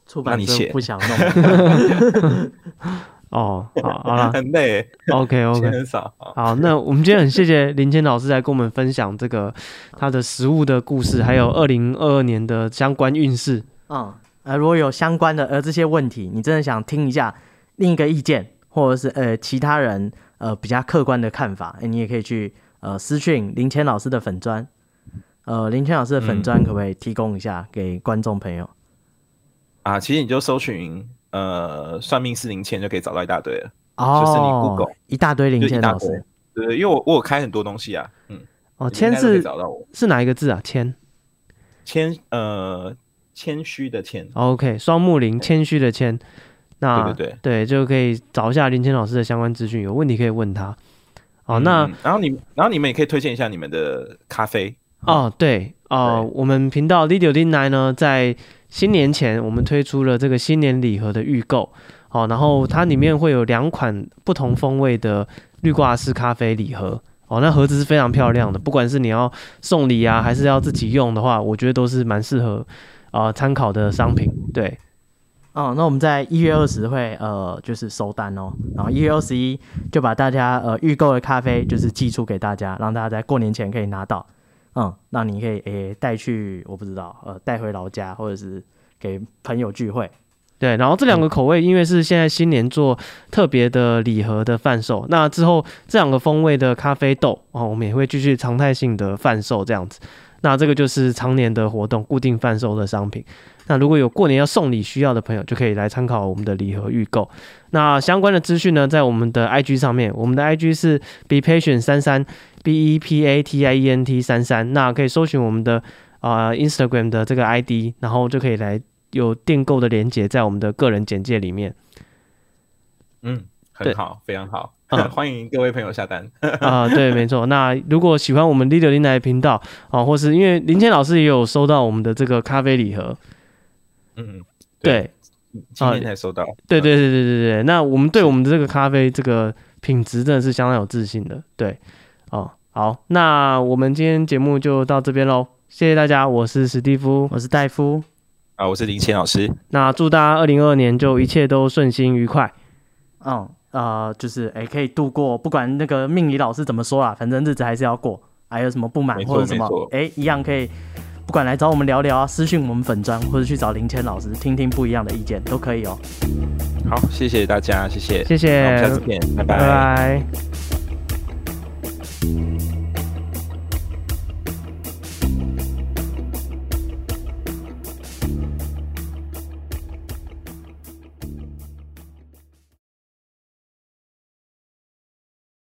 Speaker 3: 出
Speaker 4: 那
Speaker 3: 版
Speaker 4: 你
Speaker 3: 社
Speaker 4: 写
Speaker 3: 不想 弄，
Speaker 2: 哦，好，好了
Speaker 4: 很累，
Speaker 2: ，OK
Speaker 4: 钱
Speaker 2: OK，
Speaker 4: 很少。啊
Speaker 2: 好，那我们今天很谢谢林谦老师来跟我们分享这个他的食物的故事，还有
Speaker 4: 嗯
Speaker 2: 二零二二年的相关运势。
Speaker 3: 嗯，呃，如果有相关的呃这些问题，你真的想听一下另一个意见，或者是呃其他人呃比较客观的看法，诶你也可以去呃私讯林谦老师的粉砖，呃林谦老师的粉
Speaker 4: 嗯
Speaker 3: 砖可不可以提供一下给观众朋友？
Speaker 4: 啊，其实你就搜寻呃算命四零千就可以找到一大堆了，
Speaker 3: 哦，
Speaker 4: 就是你 Google
Speaker 3: 一大堆林
Speaker 4: 就一
Speaker 3: 谦
Speaker 4: 大
Speaker 3: 老
Speaker 4: 堆
Speaker 3: 师。。
Speaker 4: 对对，因为我我有开很多东西啊，嗯，
Speaker 2: 哦，
Speaker 4: 你应
Speaker 2: 谦
Speaker 4: 该都可以
Speaker 2: 是
Speaker 4: 找到我，
Speaker 2: 是哪一个字啊？谦
Speaker 4: 谦呃谦虚的谦，
Speaker 2: 哦，OK，双木林，谦虚的谦。那
Speaker 4: 对对
Speaker 2: 就可以找一下林谦老师的相关资讯，有问题可以问他。哦，那、
Speaker 4: 嗯然后你然后你们也可以推荐一下你们的咖啡，
Speaker 2: 哦，对哦，我们频道 l i d i o d i n 呢，在新年前我们推出了这个新年礼盒的预购，哦，然后它里面会有两款不同风味的绿挂式咖啡礼盒，哦，那盒子是非常漂亮的，不管是你要送礼啊，还是要自己用的话，我觉得都是蛮适合啊、呃参考的商品。对，
Speaker 3: 哦，那我们在一月二十会呃，就是收单哦，然后一月二十一就把大家呃预购的咖啡就是寄出给大家，让大家在过年前可以拿到，嗯，那你可以诶带去我不知道呃带回老家或者是给朋友聚会，
Speaker 2: 对，然后这两个口味因为是现在新年做特别的礼盒的贩售，那之后这两个风味的咖啡豆哦，我们也会继续常态性的贩售这样子。那这个就是常年的活动，固定贩售的商品。那如果有过年要送礼需要的朋友，就可以来参考我们的礼盒预购。那相关的资讯呢，在我们的 IG 上面，我们的 IG 是 be patient 三三 b e p a t i e n t 三三，那可以搜寻我们的啊、呃 Instagram 的这个 ID，然后就可以来有订购的链接在我们的个人简介里面
Speaker 4: 嗯，
Speaker 2: 对
Speaker 4: 很好，非常好，
Speaker 2: 嗯
Speaker 4: 欢迎各位朋友下单。
Speaker 2: 啊、对，没错。那如果喜欢我们 Leader 林来的频道啊、或是因为林谦老师也有收到我们的这个咖啡礼盒，
Speaker 4: 嗯，
Speaker 2: 对，
Speaker 4: 今
Speaker 2: 啊
Speaker 4: 天才收到。
Speaker 2: 对，对，对，对，对，对。那我们对我们的这个咖啡这个品质真的是相当有自信的，对，哦，好，那我们今天节目就到这边喽，谢谢大家，我是史蒂夫，
Speaker 3: 我是戴夫，
Speaker 4: 啊，我是林谦老师，
Speaker 2: 那祝大家二零二二年就一切都顺心愉快，
Speaker 3: 嗯呃就是诶可以度过，不管那个命理老师怎么说啦，反正日子还是要过，还有什么不满
Speaker 4: 没错
Speaker 3: 或者什么
Speaker 4: 没错
Speaker 3: 诶一样可以。不管来找我们聊聊啊，私讯我们粉砖，或者去找林谦老师听听不一样的意见，都可以哦。
Speaker 4: 好，谢谢大家，谢谢，
Speaker 2: 谢谢
Speaker 4: 那我们下次见，拜
Speaker 2: 拜拜